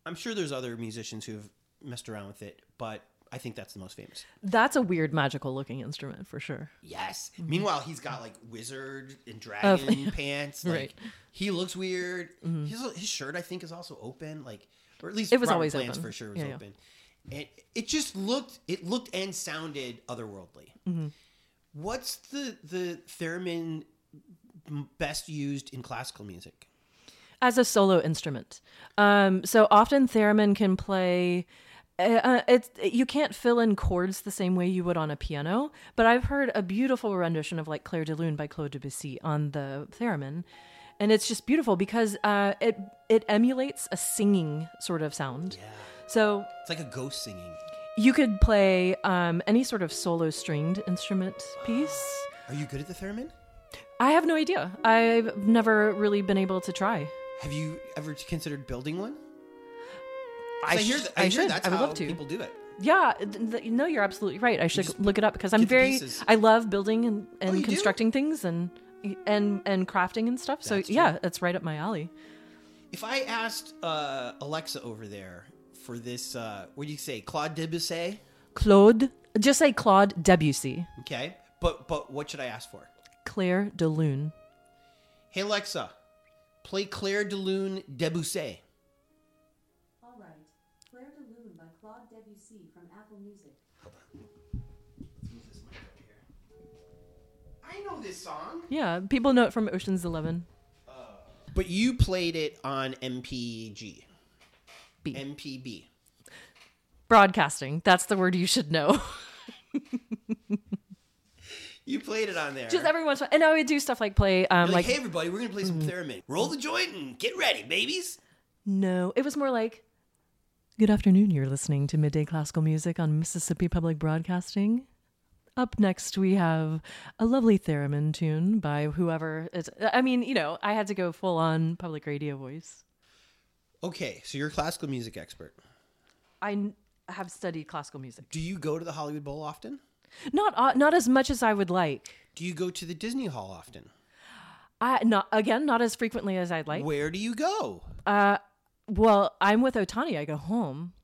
Speaker 1: I'm sure there's other musicians who've messed around with it, but I think that's the most famous.
Speaker 2: That's a weird magical looking instrument for sure.
Speaker 1: Yes.
Speaker 2: Mm-hmm.
Speaker 1: Meanwhile, he's got like wizard and dragon pants. Like,
Speaker 2: Right. Mm-hmm.
Speaker 1: He looks weird. His, his shirt, I think, is also open. Like, or at least
Speaker 2: It was
Speaker 1: Robert
Speaker 2: always
Speaker 1: Plant's
Speaker 2: open.
Speaker 1: for sure was
Speaker 2: Yeah, yeah.
Speaker 1: open. And it just looked, it looked and sounded otherworldly.
Speaker 2: Mm-hmm.
Speaker 1: What's the the theremin m- best used in classical music?
Speaker 2: as a solo instrument. Um, so often theremin can play. Uh, it's you can't fill in chords the same way you would on a piano, but I've heard a beautiful rendition of like Claire de Lune by Claude Debussy on the theremin, and it's just beautiful because uh, it it emulates a singing sort of sound.
Speaker 1: Yeah,
Speaker 2: So
Speaker 1: it's like a ghost singing.
Speaker 2: you could play um, any sort of solo stringed instrument piece.
Speaker 1: Are you good at the theremin?
Speaker 2: I have no idea. I've never really been able to try.
Speaker 1: Have you ever considered building one? 'Cause
Speaker 2: sh-
Speaker 1: hear, th- I,
Speaker 2: I
Speaker 1: hear
Speaker 2: should.
Speaker 1: that's
Speaker 2: I would
Speaker 1: how
Speaker 2: love to.
Speaker 1: people do it.
Speaker 2: Yeah, th- th- no, you're absolutely right. I should
Speaker 1: just
Speaker 2: look it up because I'm
Speaker 1: get the
Speaker 2: very.
Speaker 1: pieces. Oh,
Speaker 2: I love building and, and
Speaker 1: you do?
Speaker 2: constructing things and and and crafting and stuff. So
Speaker 1: That's
Speaker 2: yeah, that's right up my alley.
Speaker 1: If I asked uh, Alexa over there for this, uh, what do you say, Claude Debussy?
Speaker 2: Claude, just say Claude Debussy,
Speaker 1: Okay, but but what should I ask for?
Speaker 2: Claire de Lune.
Speaker 1: Hey Alexa, play Claire de Lune Debussy.
Speaker 3: All right. Claire de Lune by Claude Debussy from Apple Music.
Speaker 1: I know this song.
Speaker 2: Yeah, people know it from Ocean's Eleven.
Speaker 1: But you played it on MPG,
Speaker 2: B
Speaker 1: MPB.
Speaker 2: broadcasting. That's the word you should know.
Speaker 1: You played it on there.
Speaker 2: just every once in a while- and I would do stuff like play
Speaker 1: You're
Speaker 2: um like Mm-hmm.
Speaker 1: like, hey everybody, we're gonna play some theremin. Roll the joint and get ready, babies.
Speaker 2: No, it was more like, Good afternoon. You're listening to Midday Classical Music on Mississippi Public Broadcasting. Up next, we have a lovely theremin tune by whoever. It's, I mean, you know, I had to go full on public radio voice.
Speaker 1: Okay, so you're a classical music expert.
Speaker 2: I n- have studied classical music,
Speaker 1: Do you go to the Hollywood Bowl often?
Speaker 2: not uh, not as much as I would like.
Speaker 1: Do you go to the Disney Hall often?
Speaker 2: I not again, not as frequently as I'd like.
Speaker 1: Where do you go?
Speaker 2: Uh, well, I'm with Otani. I go home.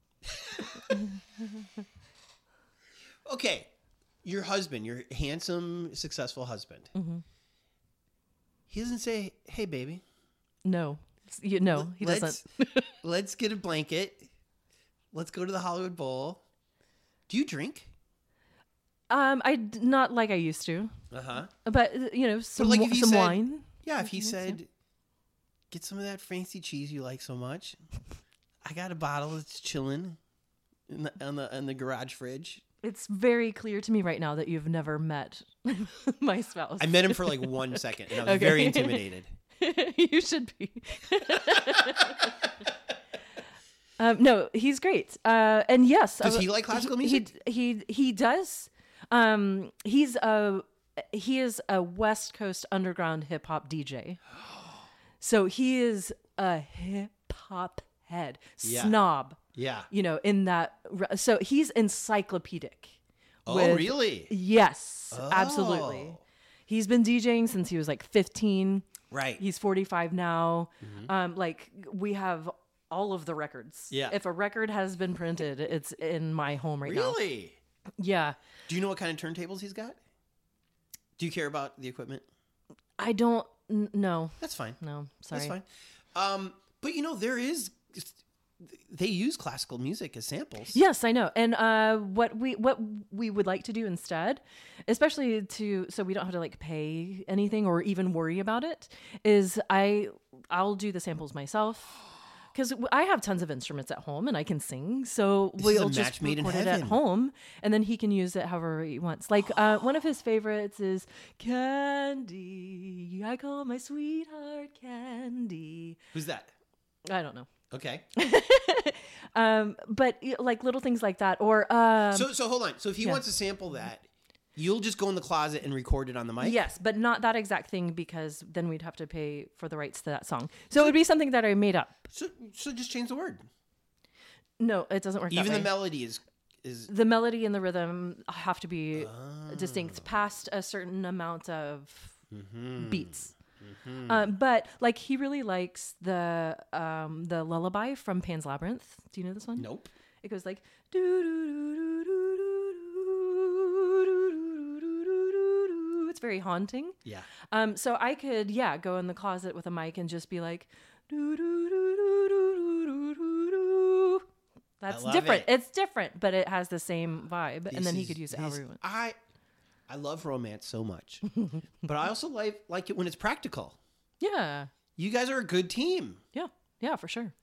Speaker 1: Okay, your husband, your handsome, successful husband.
Speaker 2: Mm-hmm.
Speaker 1: He doesn't say, "Hey, baby,
Speaker 2: No, S- you, no, he doesn't.
Speaker 1: let's let's get a blanket. Let's go to the Hollywood Bowl." Do you drink?
Speaker 2: Um, I d- not like I used to,
Speaker 1: Uh huh.
Speaker 2: but uh, you know, some
Speaker 1: like
Speaker 2: wi-
Speaker 1: if you
Speaker 2: some
Speaker 1: said-
Speaker 2: wine.
Speaker 1: Yeah, if he said, "Get some of that fancy cheese you like so much," I got a bottle that's chilling in the on the in the garage fridge.
Speaker 2: It's very clear to me right now that you've never met my spouse.
Speaker 1: I met him for like one second, and I was
Speaker 2: Okay.
Speaker 1: very intimidated.
Speaker 2: you should be. um, no, he's great. Uh, and yes,
Speaker 1: Does
Speaker 2: uh,
Speaker 1: he like classical
Speaker 2: he-
Speaker 1: music?
Speaker 2: He he, he does. Um, he's a he is a West Coast underground hip hop DJ. So he is a hip hop head
Speaker 1: Yeah.
Speaker 2: snob,
Speaker 1: Yeah.
Speaker 2: you know. In that, re- so he's encyclopedic.
Speaker 1: Oh,
Speaker 2: with-
Speaker 1: really?
Speaker 2: Yes, absolutely.
Speaker 1: Oh.
Speaker 2: He's been DJing since he was like 15.
Speaker 1: Right.
Speaker 2: He's 45 now. Um, like we have all of the records.
Speaker 1: Mm-hmm. Yeah.
Speaker 2: If a record has been printed, it's in my home right now.
Speaker 1: really?
Speaker 2: Yeah.
Speaker 1: Do you know what kind of turntables he's got? Do you care about the equipment?
Speaker 2: I don't n- no.
Speaker 1: That's fine.
Speaker 2: No,
Speaker 1: That's
Speaker 2: sorry.
Speaker 1: fine. Um, but you know, there is they use classical music as samples.
Speaker 2: Yes, I know. And uh, what we what we would like to do instead, especially to so we don't have to like pay anything or even worry about it, is I I'll do the samples myself because I have tons of instruments at home and I can sing. So
Speaker 1: is a
Speaker 2: we'll
Speaker 1: match
Speaker 2: just
Speaker 1: made in
Speaker 2: record it at
Speaker 1: heaven.
Speaker 2: home, and then he can use it however he wants. Like uh, one of his favorites is Candy. I call my sweetheart Candy.
Speaker 1: Who's that?
Speaker 2: I don't know.
Speaker 1: Okay.
Speaker 2: Um, but y- like little things like that, or um,
Speaker 1: so so hold on. So if he wants to sample that, you'll just go in the closet and record it on the mic?
Speaker 2: Yes, but not that exact thing because then we'd have to pay for the rights to that song. So it would be something that I made up.
Speaker 1: So so just change the word.
Speaker 2: No, it doesn't work.
Speaker 1: Even
Speaker 2: that
Speaker 1: the
Speaker 2: way.
Speaker 1: melody is is
Speaker 2: the melody and the rhythm have to be
Speaker 1: Ah.
Speaker 2: distinct past a certain amount of
Speaker 1: Mm-hmm.
Speaker 2: beats. Um, but like he really likes the um, the lullaby from Pan's Labyrinth. Do you know this one?
Speaker 1: nope.
Speaker 2: It goes like do do do do do do do do do do do. It's very haunting.
Speaker 1: Yeah.
Speaker 2: Um, so I could, yeah, go in the closet with a mic and just be like, doo doo doo doo doo doo doo doo. That's
Speaker 1: love
Speaker 2: different.
Speaker 1: it.
Speaker 2: It's different, but it has the same vibe. and
Speaker 1: This
Speaker 2: then he
Speaker 1: is-
Speaker 2: could use it
Speaker 1: this-
Speaker 2: however he wants.
Speaker 1: I I love romance so much. but I also like like it when it's practical.
Speaker 2: Yeah.
Speaker 1: You guys are a good team.
Speaker 2: Yeah. Yeah, for sure.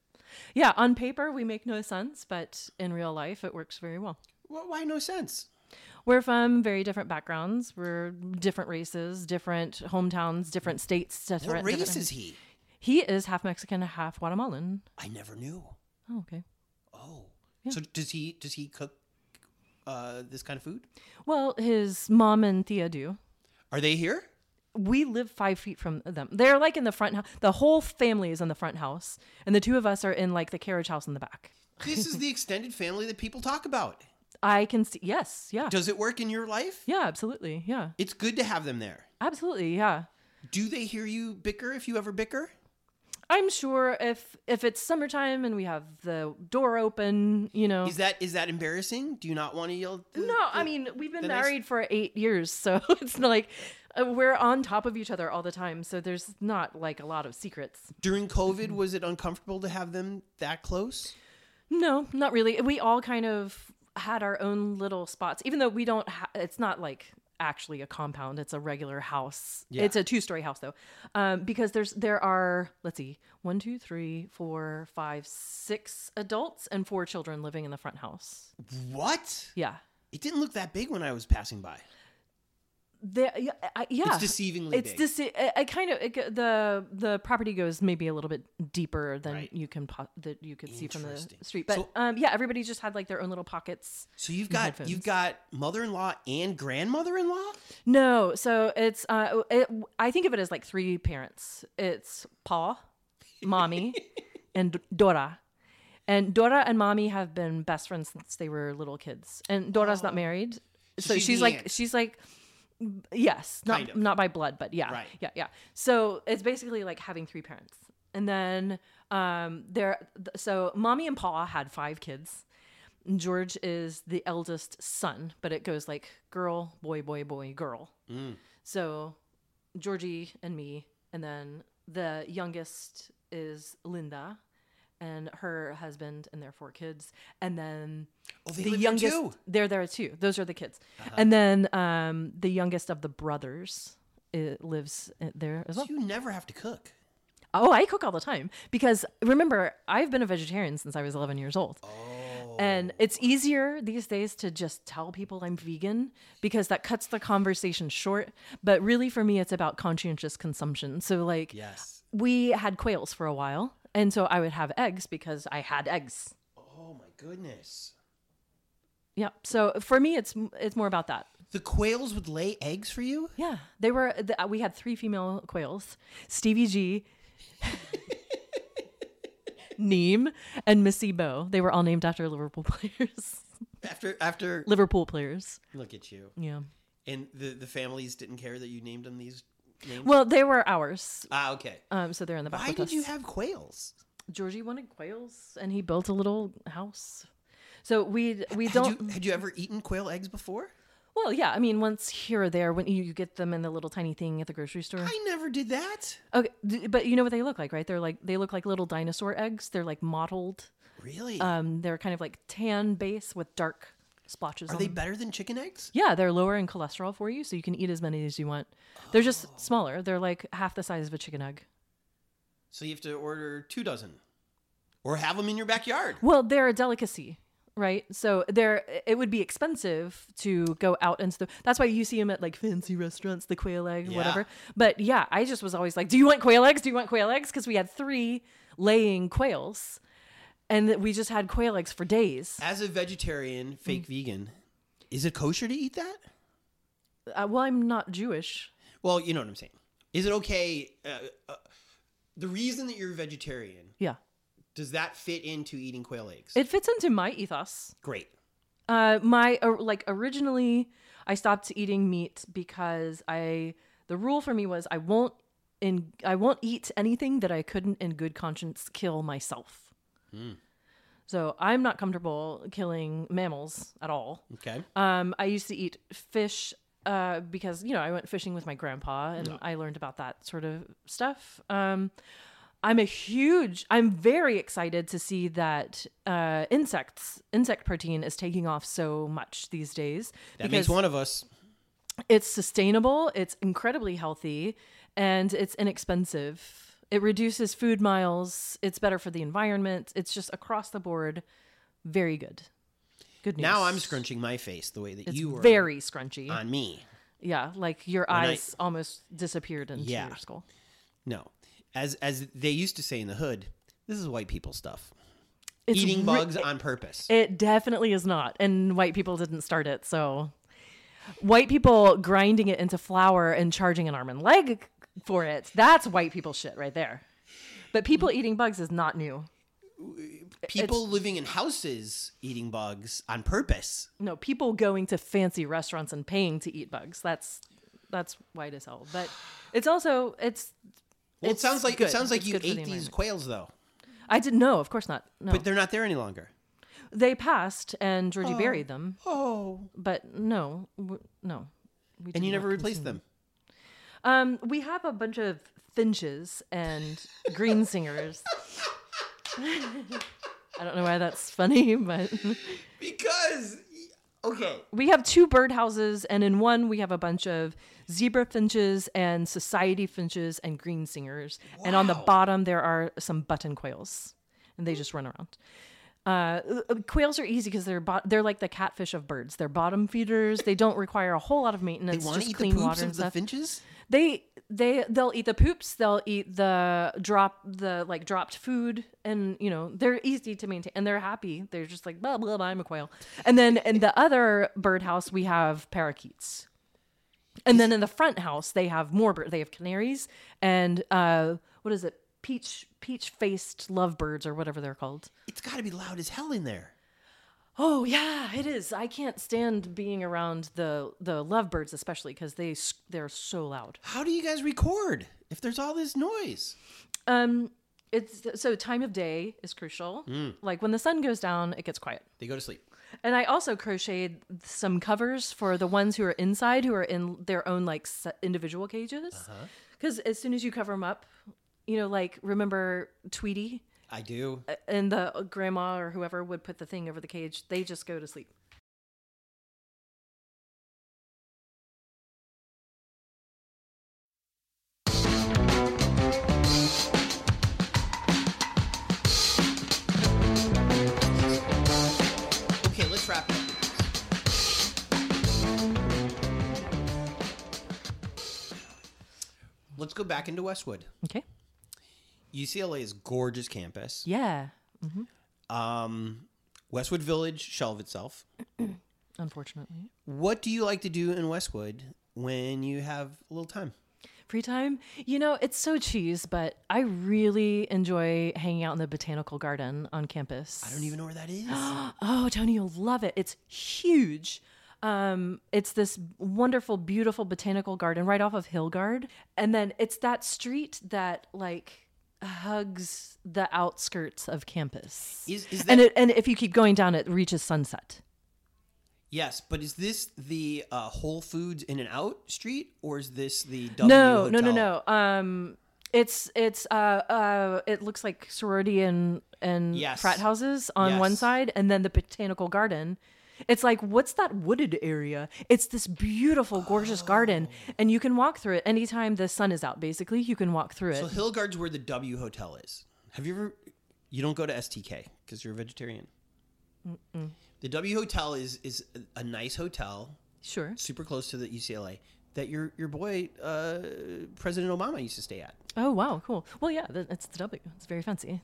Speaker 2: Yeah. On paper, we make no sense, but in real life, it works very well.
Speaker 1: Well, why no sense?
Speaker 2: We're from very different backgrounds. We're different races, different hometowns, different states. Different,
Speaker 1: What race
Speaker 2: different-
Speaker 1: is he?
Speaker 2: He is half Mexican, half Guatemalan.
Speaker 1: I never knew.
Speaker 2: Oh, okay.
Speaker 1: Oh, so does he does he cook uh, this kind of food?
Speaker 2: Well, his mom and Thea do.
Speaker 1: Are they here?
Speaker 2: we live five feet from them. They're like in the front house. The whole family is in the front house, and the two of us are in like the carriage house in the back.
Speaker 1: This is the extended family that people talk about.
Speaker 2: I can see. Yes. Yeah.
Speaker 1: Does it work in your life?
Speaker 2: yeah. Absolutely. Yeah.
Speaker 1: It's good to have them there.
Speaker 2: Absolutely. Yeah.
Speaker 1: Do they hear you bicker if you ever bicker?
Speaker 2: I'm sure if if it's summertime and we have the door open, you know.
Speaker 1: Is that is that embarrassing? Do you not want to yell? at the-
Speaker 2: no, I mean we've been
Speaker 1: the nice-
Speaker 2: married for eight years, so it's not like uh, we're on top of each other all the time. So there's not like a lot of secrets.
Speaker 1: during COVID, was it uncomfortable to have them that close?
Speaker 2: No, not really. We all kind of had our own little spots, even though we don't. Ha- it's not like actually a compound; it's a regular house.
Speaker 1: Yeah.
Speaker 2: It's a two-story house though, um, because there's there are let's see, one, two, three, four, five, six adults and four children living in the front house.
Speaker 1: What?
Speaker 2: Yeah,
Speaker 1: It didn't look that big when I was passing by.
Speaker 2: there. Yeah, I, yeah.
Speaker 1: It's deceivingly
Speaker 2: It's
Speaker 1: big.
Speaker 2: this. I I kind of it, go- the the property goes maybe a little bit deeper than
Speaker 1: Right.
Speaker 2: you can po- that you could see from the
Speaker 1: Interesting.
Speaker 2: street, but
Speaker 1: So-
Speaker 2: um, yeah, everybody just had like their own little pockets.
Speaker 1: so you've got
Speaker 2: headphones.
Speaker 1: you've got mother-in-law and grandmother-in-law.
Speaker 2: No, so it's uh, it, I think of it as like three parents. It's Pa, Mommy, and Dora. And Dora and Mommy have been best friends since they were little kids. And Dora's not married, so
Speaker 1: she's
Speaker 2: she's,
Speaker 1: the
Speaker 2: like
Speaker 1: aunt.
Speaker 2: she's like Yes, not
Speaker 1: Kind of.
Speaker 2: not by blood, but yeah,
Speaker 1: Right.
Speaker 2: yeah, yeah. So it's basically like having three parents, and then um, there. th- So mommy and pa had five kids. George is the eldest son, but it goes like girl, boy, boy, boy, girl.
Speaker 1: Mm.
Speaker 2: So Georgie and me, and then the youngest is Linda, and her husband and their four kids, and then
Speaker 1: Oh, they
Speaker 2: the
Speaker 1: live there
Speaker 2: youngest
Speaker 1: too? Uh-huh.
Speaker 2: they're there too those are the kids and then um the youngest of the brothers uh lives uh, there as well
Speaker 1: You never have to cook.
Speaker 2: oh i cook all the time because remember i've been a vegetarian since i was 11 years old
Speaker 1: Oh,
Speaker 2: and it's easier these days to just tell people i'm vegan because that cuts the conversation short but really for me it's about conscientious consumption so like
Speaker 1: yes.
Speaker 2: we had quails for a while and so i would have eggs because i had eggs
Speaker 1: Oh my goodness.
Speaker 2: yeah so for me it's it's more about that
Speaker 1: The quails would lay eggs for you?
Speaker 2: Yeah, they were. th- uh, we had three female quails: Stevie G, Neem, and Missy Bo. They were all named after Liverpool players.
Speaker 1: After after
Speaker 2: Liverpool players.
Speaker 1: look at you.
Speaker 2: Yeah.
Speaker 1: And the the families didn't care that you named them these names.
Speaker 2: Well, they were ours.
Speaker 1: ah, okay.
Speaker 2: Um, so they're in the back.
Speaker 1: Why
Speaker 2: with
Speaker 1: did you
Speaker 2: us.
Speaker 1: have quails?
Speaker 2: Georgie wanted quails, and he built a little house. So we we
Speaker 1: Had
Speaker 2: don't.
Speaker 1: you, had you ever eaten quail eggs before?
Speaker 2: Well, yeah. I mean, once here or there, when you, you get them in the little tiny thing at the grocery store.
Speaker 1: I never did that.
Speaker 2: Okay, d- but you know what they look like, right? They're like they look like little dinosaur eggs. They're like mottled.
Speaker 1: Really?
Speaker 2: Um, they're kind of like tan base with dark splotches.
Speaker 1: Are
Speaker 2: on
Speaker 1: they
Speaker 2: them.
Speaker 1: better than chicken eggs?
Speaker 2: Yeah, they're lower in cholesterol for you, so you can eat as many as you want. They're
Speaker 1: Oh.
Speaker 2: just smaller. They're like half the size of a chicken egg.
Speaker 1: So you have to order two dozen, or have them in your backyard.
Speaker 2: Well, they're a delicacy, right? So they're it would be expensive to go out into the. That's why you see them at like fancy restaurants, the quail egg,
Speaker 1: Yeah.
Speaker 2: whatever. But yeah, I just was always like, "Do you want quail eggs? Do you want quail eggs?" Because we had three laying quails, and we just had quail eggs for days.
Speaker 1: As a vegetarian, fake
Speaker 2: Mm.
Speaker 1: vegan, is it kosher to eat that?
Speaker 2: Uh, well, I'm not Jewish.
Speaker 1: Well, you know what I'm saying. Is it okay? Uh, uh, the reason that you're a vegetarian
Speaker 2: Yeah,
Speaker 1: does that fit into eating quail eggs?
Speaker 2: it fits into my ethos.
Speaker 1: Great.
Speaker 2: Uh, my or- like originally, I stopped eating meat because I the rule for me was I won't in I won't eat anything that I couldn't in good conscience kill myself. So I'm not comfortable killing mammals at all.
Speaker 1: Okay.
Speaker 2: Um, I used to eat fish uh, because you know I went fishing with my grandpa and I learned about that sort of stuff. Um, I'm a huge. I'm very excited to see that uh, insects, insect protein, is taking off so much these days
Speaker 1: That makes one of us.
Speaker 2: it's sustainable, it's incredibly healthy, and it's inexpensive. It reduces food miles. It's better for the environment. It's just across the board, very good. Good news.
Speaker 1: Now I'm scrunching my face the way that
Speaker 2: It's
Speaker 1: you were
Speaker 2: very scrunchy.
Speaker 1: on me.
Speaker 2: Yeah, like your
Speaker 1: I-
Speaker 2: eyes almost disappeared into
Speaker 1: Yeah.
Speaker 2: your skull.
Speaker 1: No, as as they used to say in the hood, this is white people stuff.
Speaker 2: It's
Speaker 1: Eating
Speaker 2: re-
Speaker 1: bugs on purpose.
Speaker 2: It definitely is not, and white people didn't start it. So, white people grinding it into flour and charging an arm and leg for it—that's white people shit right there. But people
Speaker 1: Mm.
Speaker 2: eating bugs is not new.
Speaker 1: people living in houses eating bugs on purpose.
Speaker 2: No, people going to fancy restaurants and paying to eat bugs—that's that's white as hell. But it's also it's.
Speaker 1: Well,
Speaker 2: It's
Speaker 1: it sounds like
Speaker 2: good.
Speaker 1: it sounds like
Speaker 2: It's
Speaker 1: you
Speaker 2: good for the
Speaker 1: ate these
Speaker 2: environment. Oh.
Speaker 1: quails though,
Speaker 2: I didn't know. Of course not. No,
Speaker 1: but they're not there any longer.
Speaker 2: they passed, and Georgie buried them.
Speaker 1: Oh,
Speaker 2: But no, w- no. We
Speaker 1: and
Speaker 2: did
Speaker 1: you
Speaker 2: not
Speaker 1: never replaced them.
Speaker 2: Um, we have a bunch of finches and green singers. I don't know why that's funny, but
Speaker 1: Because okay,
Speaker 2: we have two birdhouses, and in one we have a bunch of zebra finches and society finches and green singers. And on the
Speaker 1: Wow.
Speaker 2: bottom there are some button quails, and they just run around. Uh, uh, quails are easy because they're bo- they're like the catfish of birds. They're bottom feeders. They don't require a whole lot of
Speaker 1: they
Speaker 2: maintenance.
Speaker 1: want to
Speaker 2: just
Speaker 1: eat the
Speaker 2: clean
Speaker 1: poops
Speaker 2: water and
Speaker 1: of the
Speaker 2: stuff
Speaker 1: finches.
Speaker 2: they they they'll eat the poops they'll eat the drop the like dropped food and you know they're easy to maintain and they're happy they're just like blah blah blah i'm a quail and then in the other birdhouse we have parakeets and then in the front house they have more bird they have canaries and uh what is it peach peach faced lovebirds or whatever they're called
Speaker 1: It's got to be loud as hell in there.
Speaker 2: Oh yeah, it is. I can't stand being around the the lovebirds, especially because they s- they're so loud.
Speaker 1: How do you guys record if there's all this noise?
Speaker 2: Um, it's so time of day is crucial. Like when the sun goes down, it gets quiet.
Speaker 1: They go to sleep.
Speaker 2: And I also crocheted some covers for the ones who are inside, who are in their own like s- individual cages. Because as soon as you cover them up, you know, like remember Tweety Uh,
Speaker 1: I do.
Speaker 2: and the grandma or whoever would put the thing over the cage. They just go to sleep.
Speaker 1: Okay, let's wrap it up. Let's go back into Westwood.
Speaker 2: Okay.
Speaker 1: UCLA is gorgeous campus.
Speaker 2: Yeah.
Speaker 1: Um, Westwood Village shelved itself.
Speaker 2: Unfortunately.
Speaker 1: What do you like to do in Westwood when you have a little time?
Speaker 2: Free time? You know, it's so cheese, but I really enjoy hanging out in the botanical garden on campus.
Speaker 1: I don't even know where that is.
Speaker 2: Oh, Tony, you'll love it. It's huge. Um, it's this wonderful, beautiful botanical garden right off of Hillgard. And then it's that street that like hugs the outskirts of campus.
Speaker 1: is is that
Speaker 2: And it, and if you keep going down, it reaches sunset.
Speaker 1: yes? But is this the uh, Whole Foods In and Out Street, or is this the W
Speaker 2: no, no, no,
Speaker 1: Hotel?
Speaker 2: no. Um, it's it's uh uh it looks like sorority and and
Speaker 1: Yes.
Speaker 2: frat houses on
Speaker 1: Yes.
Speaker 2: one side, and then the botanical garden. It's like what's that wooded area? It's this beautiful, gorgeous garden,
Speaker 1: Oh.
Speaker 2: and you can walk through it anytime the sun is out. Basically, you can walk through it.
Speaker 1: So Hillgard's where the W Hotel is. Have you ever? You don't go to STK because you're a vegetarian. The W Hotel is is a- a nice hotel,
Speaker 2: sure.
Speaker 1: super close to the UCLA that your your boy uh, President Obama used to stay at.
Speaker 2: Oh wow, cool. Well, yeah, th- it's the W. It's very fancy.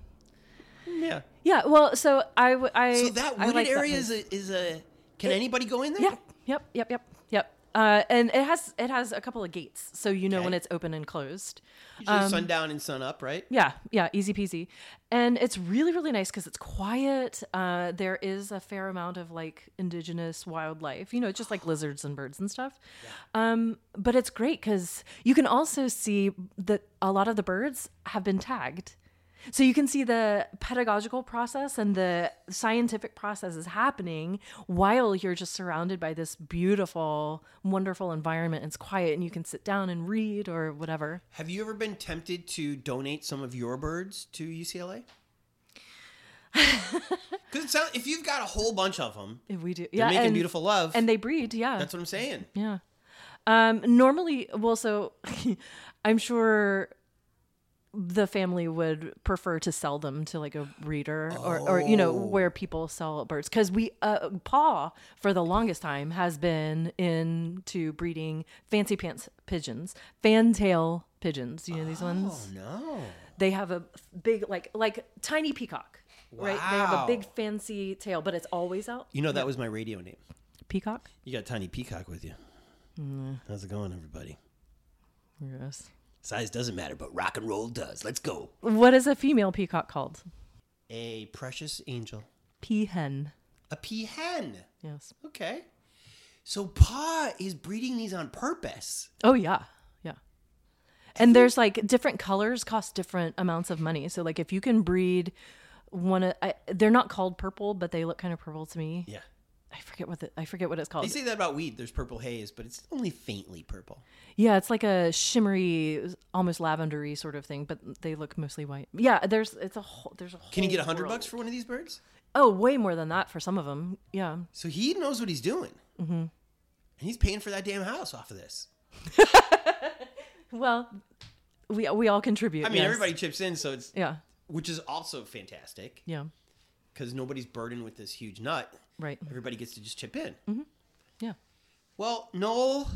Speaker 1: Yeah.
Speaker 2: Yeah. Well, so I w- I
Speaker 1: So that
Speaker 2: I
Speaker 1: wooded
Speaker 2: like that
Speaker 1: area
Speaker 2: place.
Speaker 1: is a, is a. Can anybody go in there?
Speaker 2: Yep, yep, yep, yep, yep. Uh, and it has it has a couple of gates, so you know
Speaker 1: Okay.
Speaker 2: when it's open and closed.
Speaker 1: Usually
Speaker 2: um,
Speaker 1: sundown and sun up, right?
Speaker 2: Yeah, yeah, easy peasy. And it's really really nice because it's quiet. Uh, there is a fair amount of like indigenous wildlife, you know, just like lizards and birds and stuff. Um, but it's great because you can also see that a lot of the birds have been tagged. So you can see the pedagogical process and the scientific process is happening while you're just surrounded by this beautiful, wonderful environment. It's quiet and you can sit down and read or whatever.
Speaker 1: Have you ever been tempted to donate some of your birds to UCLA? Because if you've got a whole bunch of them,
Speaker 2: If we do,
Speaker 1: they're
Speaker 2: yeah,
Speaker 1: making
Speaker 2: and,
Speaker 1: beautiful love.
Speaker 2: and they breed, yeah,
Speaker 1: That's what I'm saying.
Speaker 2: yeah. Um, normally, well, so I'm sure the family would prefer to sell them to like a breeder or, or you know
Speaker 1: Oh.
Speaker 2: where people sell birds because we uh, paw for the longest time has been into breeding fancy pants pigeons, fantail pigeons. You know these
Speaker 1: Oh
Speaker 2: ones.
Speaker 1: no.
Speaker 2: They have a big like like tiny peacock. Right, they have
Speaker 1: Wow.
Speaker 2: a big fancy tail, but it's always out.
Speaker 1: You know that was my radio name.
Speaker 2: Peacock.
Speaker 1: You got Tiny Peacock with you. How's it going, everybody?
Speaker 2: Yes.
Speaker 1: Size doesn't matter, but rock and roll does. Let's go.
Speaker 2: What is a female peacock called?
Speaker 1: A precious angel.
Speaker 2: Peahen.
Speaker 1: A peahen.
Speaker 2: Yes.
Speaker 1: Okay. So Pa is breeding these on purpose.
Speaker 2: Oh yeah. Yeah. And there's like different colors cost different amounts of money. So like if you can breed one of I, they're not called purple, but they look kind of purple to me.
Speaker 1: Yeah.
Speaker 2: I forget what the, I forget what it's
Speaker 1: They
Speaker 2: called.
Speaker 1: say that about weed. There's purple haze, but it's only faintly purple.
Speaker 2: yeah, it's like a shimmery, almost lavendery sort of thing, but they look mostly white. Yeah, there's it's a whole there's a whole
Speaker 1: Can you get a hundred
Speaker 2: world.
Speaker 1: bucks for one of these birds?
Speaker 2: Oh, way more than that for some of them. Yeah.
Speaker 1: So he knows what he's doing. Mm-hmm. And he's paying for that damn house off of this.
Speaker 2: Well, we we all contribute.
Speaker 1: I mean,
Speaker 2: yes.
Speaker 1: everybody chips in, so it's
Speaker 2: Yeah.
Speaker 1: which is also fantastic
Speaker 2: Yeah.
Speaker 1: because nobody's burdened with this huge nut.
Speaker 2: Right.
Speaker 1: Everybody gets to just chip in.
Speaker 2: Mm-hmm. Yeah.
Speaker 1: Well, Noel,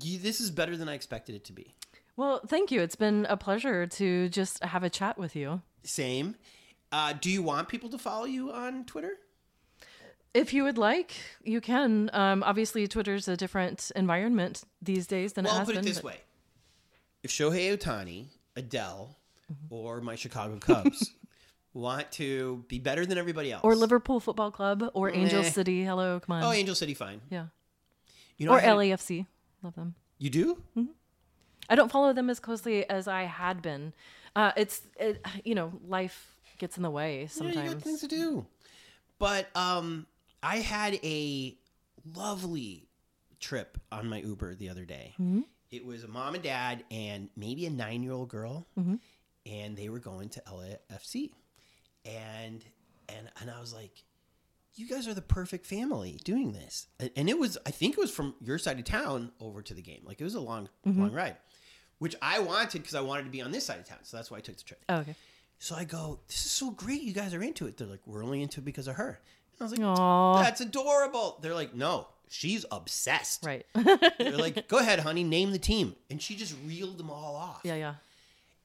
Speaker 1: you, this is better than I expected it to be.
Speaker 2: Well, thank you. It's been a pleasure to just have a chat with you.
Speaker 1: Same. Uh, do you want people to follow you on Twitter?
Speaker 2: If you would like, you can. Um, obviously, Twitter's a different environment these days than it
Speaker 1: Well,
Speaker 2: has
Speaker 1: put it
Speaker 2: been.
Speaker 1: this
Speaker 2: but-
Speaker 1: way:
Speaker 2: Mm-hmm.
Speaker 1: if Shohei Otani, Adele, or my Chicago Cubs want to be better than everybody else.
Speaker 2: or Liverpool Football Club or Angel
Speaker 1: Meh.
Speaker 2: City. Hello, come on.
Speaker 1: Oh, Angel City, fine.
Speaker 2: yeah.
Speaker 1: You know,
Speaker 2: or
Speaker 1: I had a-
Speaker 2: LAFC. Love them.
Speaker 1: You do?
Speaker 2: I don't follow them as closely as I had been. Uh, it's it, you know life gets in the way
Speaker 1: Yeah, you got
Speaker 2: sometimes.
Speaker 1: things to do. But um, I had a lovely trip on my Uber the other day. It was a mom and dad and maybe a nine year old girl, and they were going to LAFC, and and and I was like. You guys are the perfect family doing this, And- and it was—I think it was from your side of town over to the game. Like it was a long, long ride, which I wanted because I wanted to be on this side of town. So that's why I took the trip.
Speaker 2: Oh, okay.
Speaker 1: So I go, this is so great. You guys are into it. They're like, we're only into it because of her. And I was like,
Speaker 2: Aw.
Speaker 1: that's adorable. They're like, no, she's obsessed.
Speaker 2: Right.
Speaker 1: They're like, go ahead, honey, name the team. And she just reeled them all off.
Speaker 2: yeah, yeah.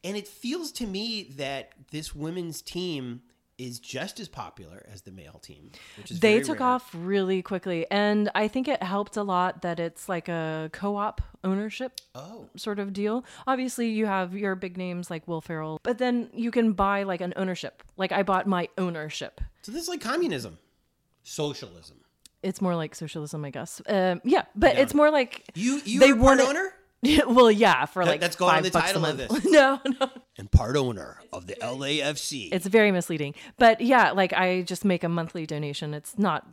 Speaker 1: And it feels to me that this women's team is just as popular as the male team, which is
Speaker 2: They
Speaker 1: very
Speaker 2: took
Speaker 1: rare.
Speaker 2: off really quickly, and I think it helped a lot that it's like a co-op ownership
Speaker 1: Oh,
Speaker 2: sort of deal. Obviously, you have your big names like Will Ferrell, but then you can buy like an ownership. Like I bought my ownership.
Speaker 1: so this is like communism, socialism.
Speaker 2: It's more like socialism, I guess. Um, yeah, but it's more like
Speaker 1: You, you
Speaker 2: They
Speaker 1: are part
Speaker 2: wanted-
Speaker 1: owner
Speaker 2: well, yeah, for
Speaker 1: That-
Speaker 2: like
Speaker 1: that's going on
Speaker 2: five
Speaker 1: the
Speaker 2: bucks
Speaker 1: title
Speaker 2: a
Speaker 1: of
Speaker 2: month. no, no,
Speaker 1: and part owner of the LAFC.
Speaker 2: it's very misleading. But yeah, like I just make a monthly donation. It's not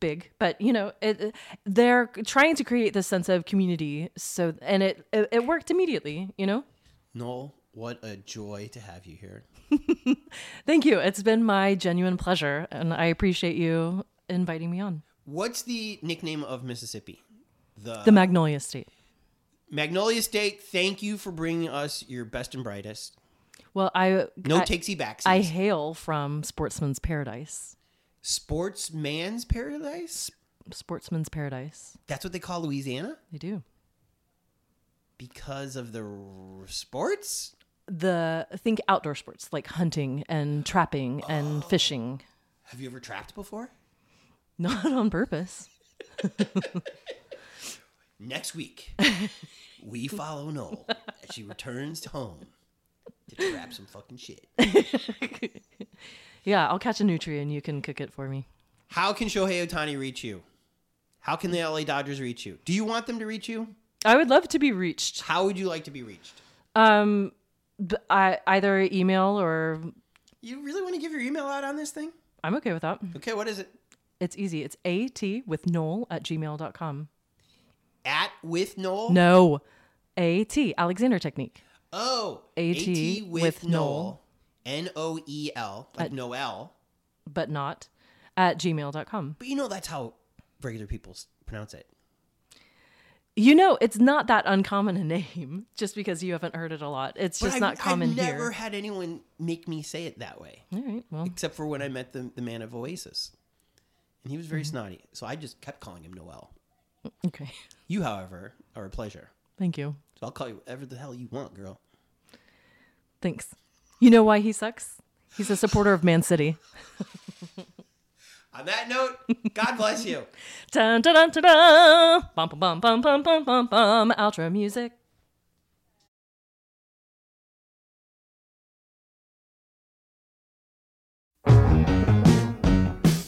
Speaker 2: big, but you know, it, they're trying to create this sense of community. So and it it, it worked immediately. You know,
Speaker 1: Noel, what a joy to have you here.
Speaker 2: thank you. It's been my genuine pleasure, and I appreciate you inviting me on
Speaker 1: What's the nickname of Mississippi? The,
Speaker 2: the Magnolia State.
Speaker 1: Magnolia State. Thank you for bringing us your best and brightest.
Speaker 2: Well, I
Speaker 1: No
Speaker 2: I,
Speaker 1: takesy backsies.
Speaker 2: I hail from Sportsman's Paradise.
Speaker 1: Sportsman's paradise.
Speaker 2: Sportsman's Paradise.
Speaker 1: That's what they call Louisiana
Speaker 2: They do.
Speaker 1: because of the r- sports.
Speaker 2: the think outdoor sports like hunting and trapping and fishing
Speaker 1: Have you ever trapped before?
Speaker 2: not on purpose
Speaker 1: Next week, we follow Noel as she returns to home to trap some fucking shit.
Speaker 2: yeah i'll catch a nutria and you can cook it for me
Speaker 1: How can Shohei Otani reach you? How can the LA Dodgers reach you? Do you want them to reach you?
Speaker 2: i would love to be reached
Speaker 1: How would you like to be reached?
Speaker 2: um b I either email or
Speaker 1: You really want to give your email out on this thing?
Speaker 2: i'm okay with that
Speaker 1: Okay, what is it?
Speaker 2: it's easy it's at with noel at gmail.com
Speaker 1: At with Noel?
Speaker 2: no at alexander technique
Speaker 1: Oh,
Speaker 2: AT
Speaker 1: with,
Speaker 2: with
Speaker 1: Noel. N O E L, like
Speaker 2: At-
Speaker 1: Noel.
Speaker 2: but not at gmail.com
Speaker 1: But you know that's how regular people s- pronounce it.
Speaker 2: you know it's not that uncommon a name just because you haven't heard it a lot it's
Speaker 1: But
Speaker 2: just
Speaker 1: I've-
Speaker 2: not common
Speaker 1: I've never
Speaker 2: here
Speaker 1: had anyone make me say it that way,
Speaker 2: all right well
Speaker 1: except for when I met the, the man of Oasis. And he was
Speaker 2: Mm-hmm.
Speaker 1: very snotty, so I just kept calling him Noel.
Speaker 2: okay
Speaker 1: You, however, are a pleasure.
Speaker 2: thank you
Speaker 1: So I'll call you whatever the hell you want, girl.
Speaker 2: Thanks. You know why he sucks? He's a supporter of Man City.
Speaker 1: On that note, God bless you.
Speaker 2: Dun, dun, dun, dun, dun. Bum, bum, bum, bum, bum, bum, bum, bum. Outro music.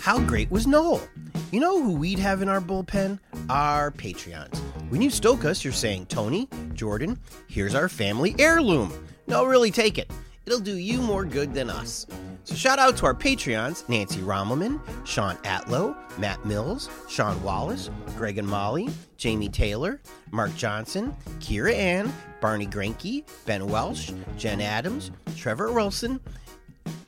Speaker 1: How great was Noel? You know who we'd have in our bullpen? Our Patreons. When you stoke us, you're saying, Tony, Jordan, here's our family heirloom. No, really take it. It'll do you more good than us. So shout out to our Patreons, Nancy Rommelman, Sean Atlow, Matt Mills, Sean Wallace, Greg and Molly, Jamie Taylor, Mark Johnson, Kira Ann, Barney Granke, Ben Welsh, Jen Adams, Trevor Wilson,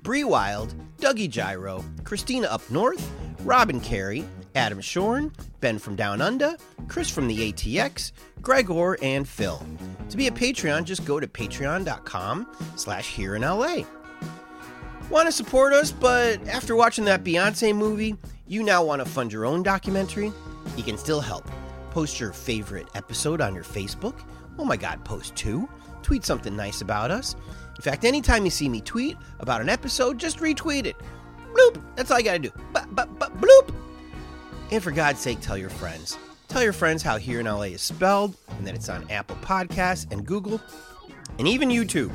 Speaker 1: Bree Wild, Dougie Gyro, Christina Up North, Robin Carey, Adam Shorn, Ben from Down Under, Chris from the ATX, Gregor, and Phil. To be a Patreon, just go to patreon.com slash here in LA. Want to support us, but after watching that Beyonce movie, you now want to fund your own documentary? You can still help. Post your favorite episode on your Facebook. Oh my God, post two. Tweet something nice about us. In fact, anytime you see me tweet about an episode, just retweet it. Bloop! That's all you gotta do. But, but, but, bloop! And for God's sake, tell your friends. Tell your friends how Here in LA is spelled and that it's on Apple Podcasts and Google and even YouTube.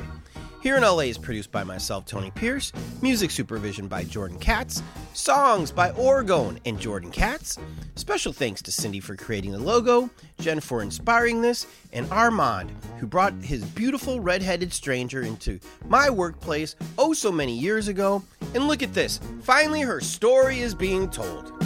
Speaker 1: Here in LA is produced by myself, Tony Pierce, music supervision by Jordan Katz, songs by Orgone and Jordan Katz. Special thanks to Cindy for creating the logo, Jen for inspiring this, and Armand, who brought his beautiful redheaded stranger into my workplace oh so many years ago. And look at this finally, her story is being told.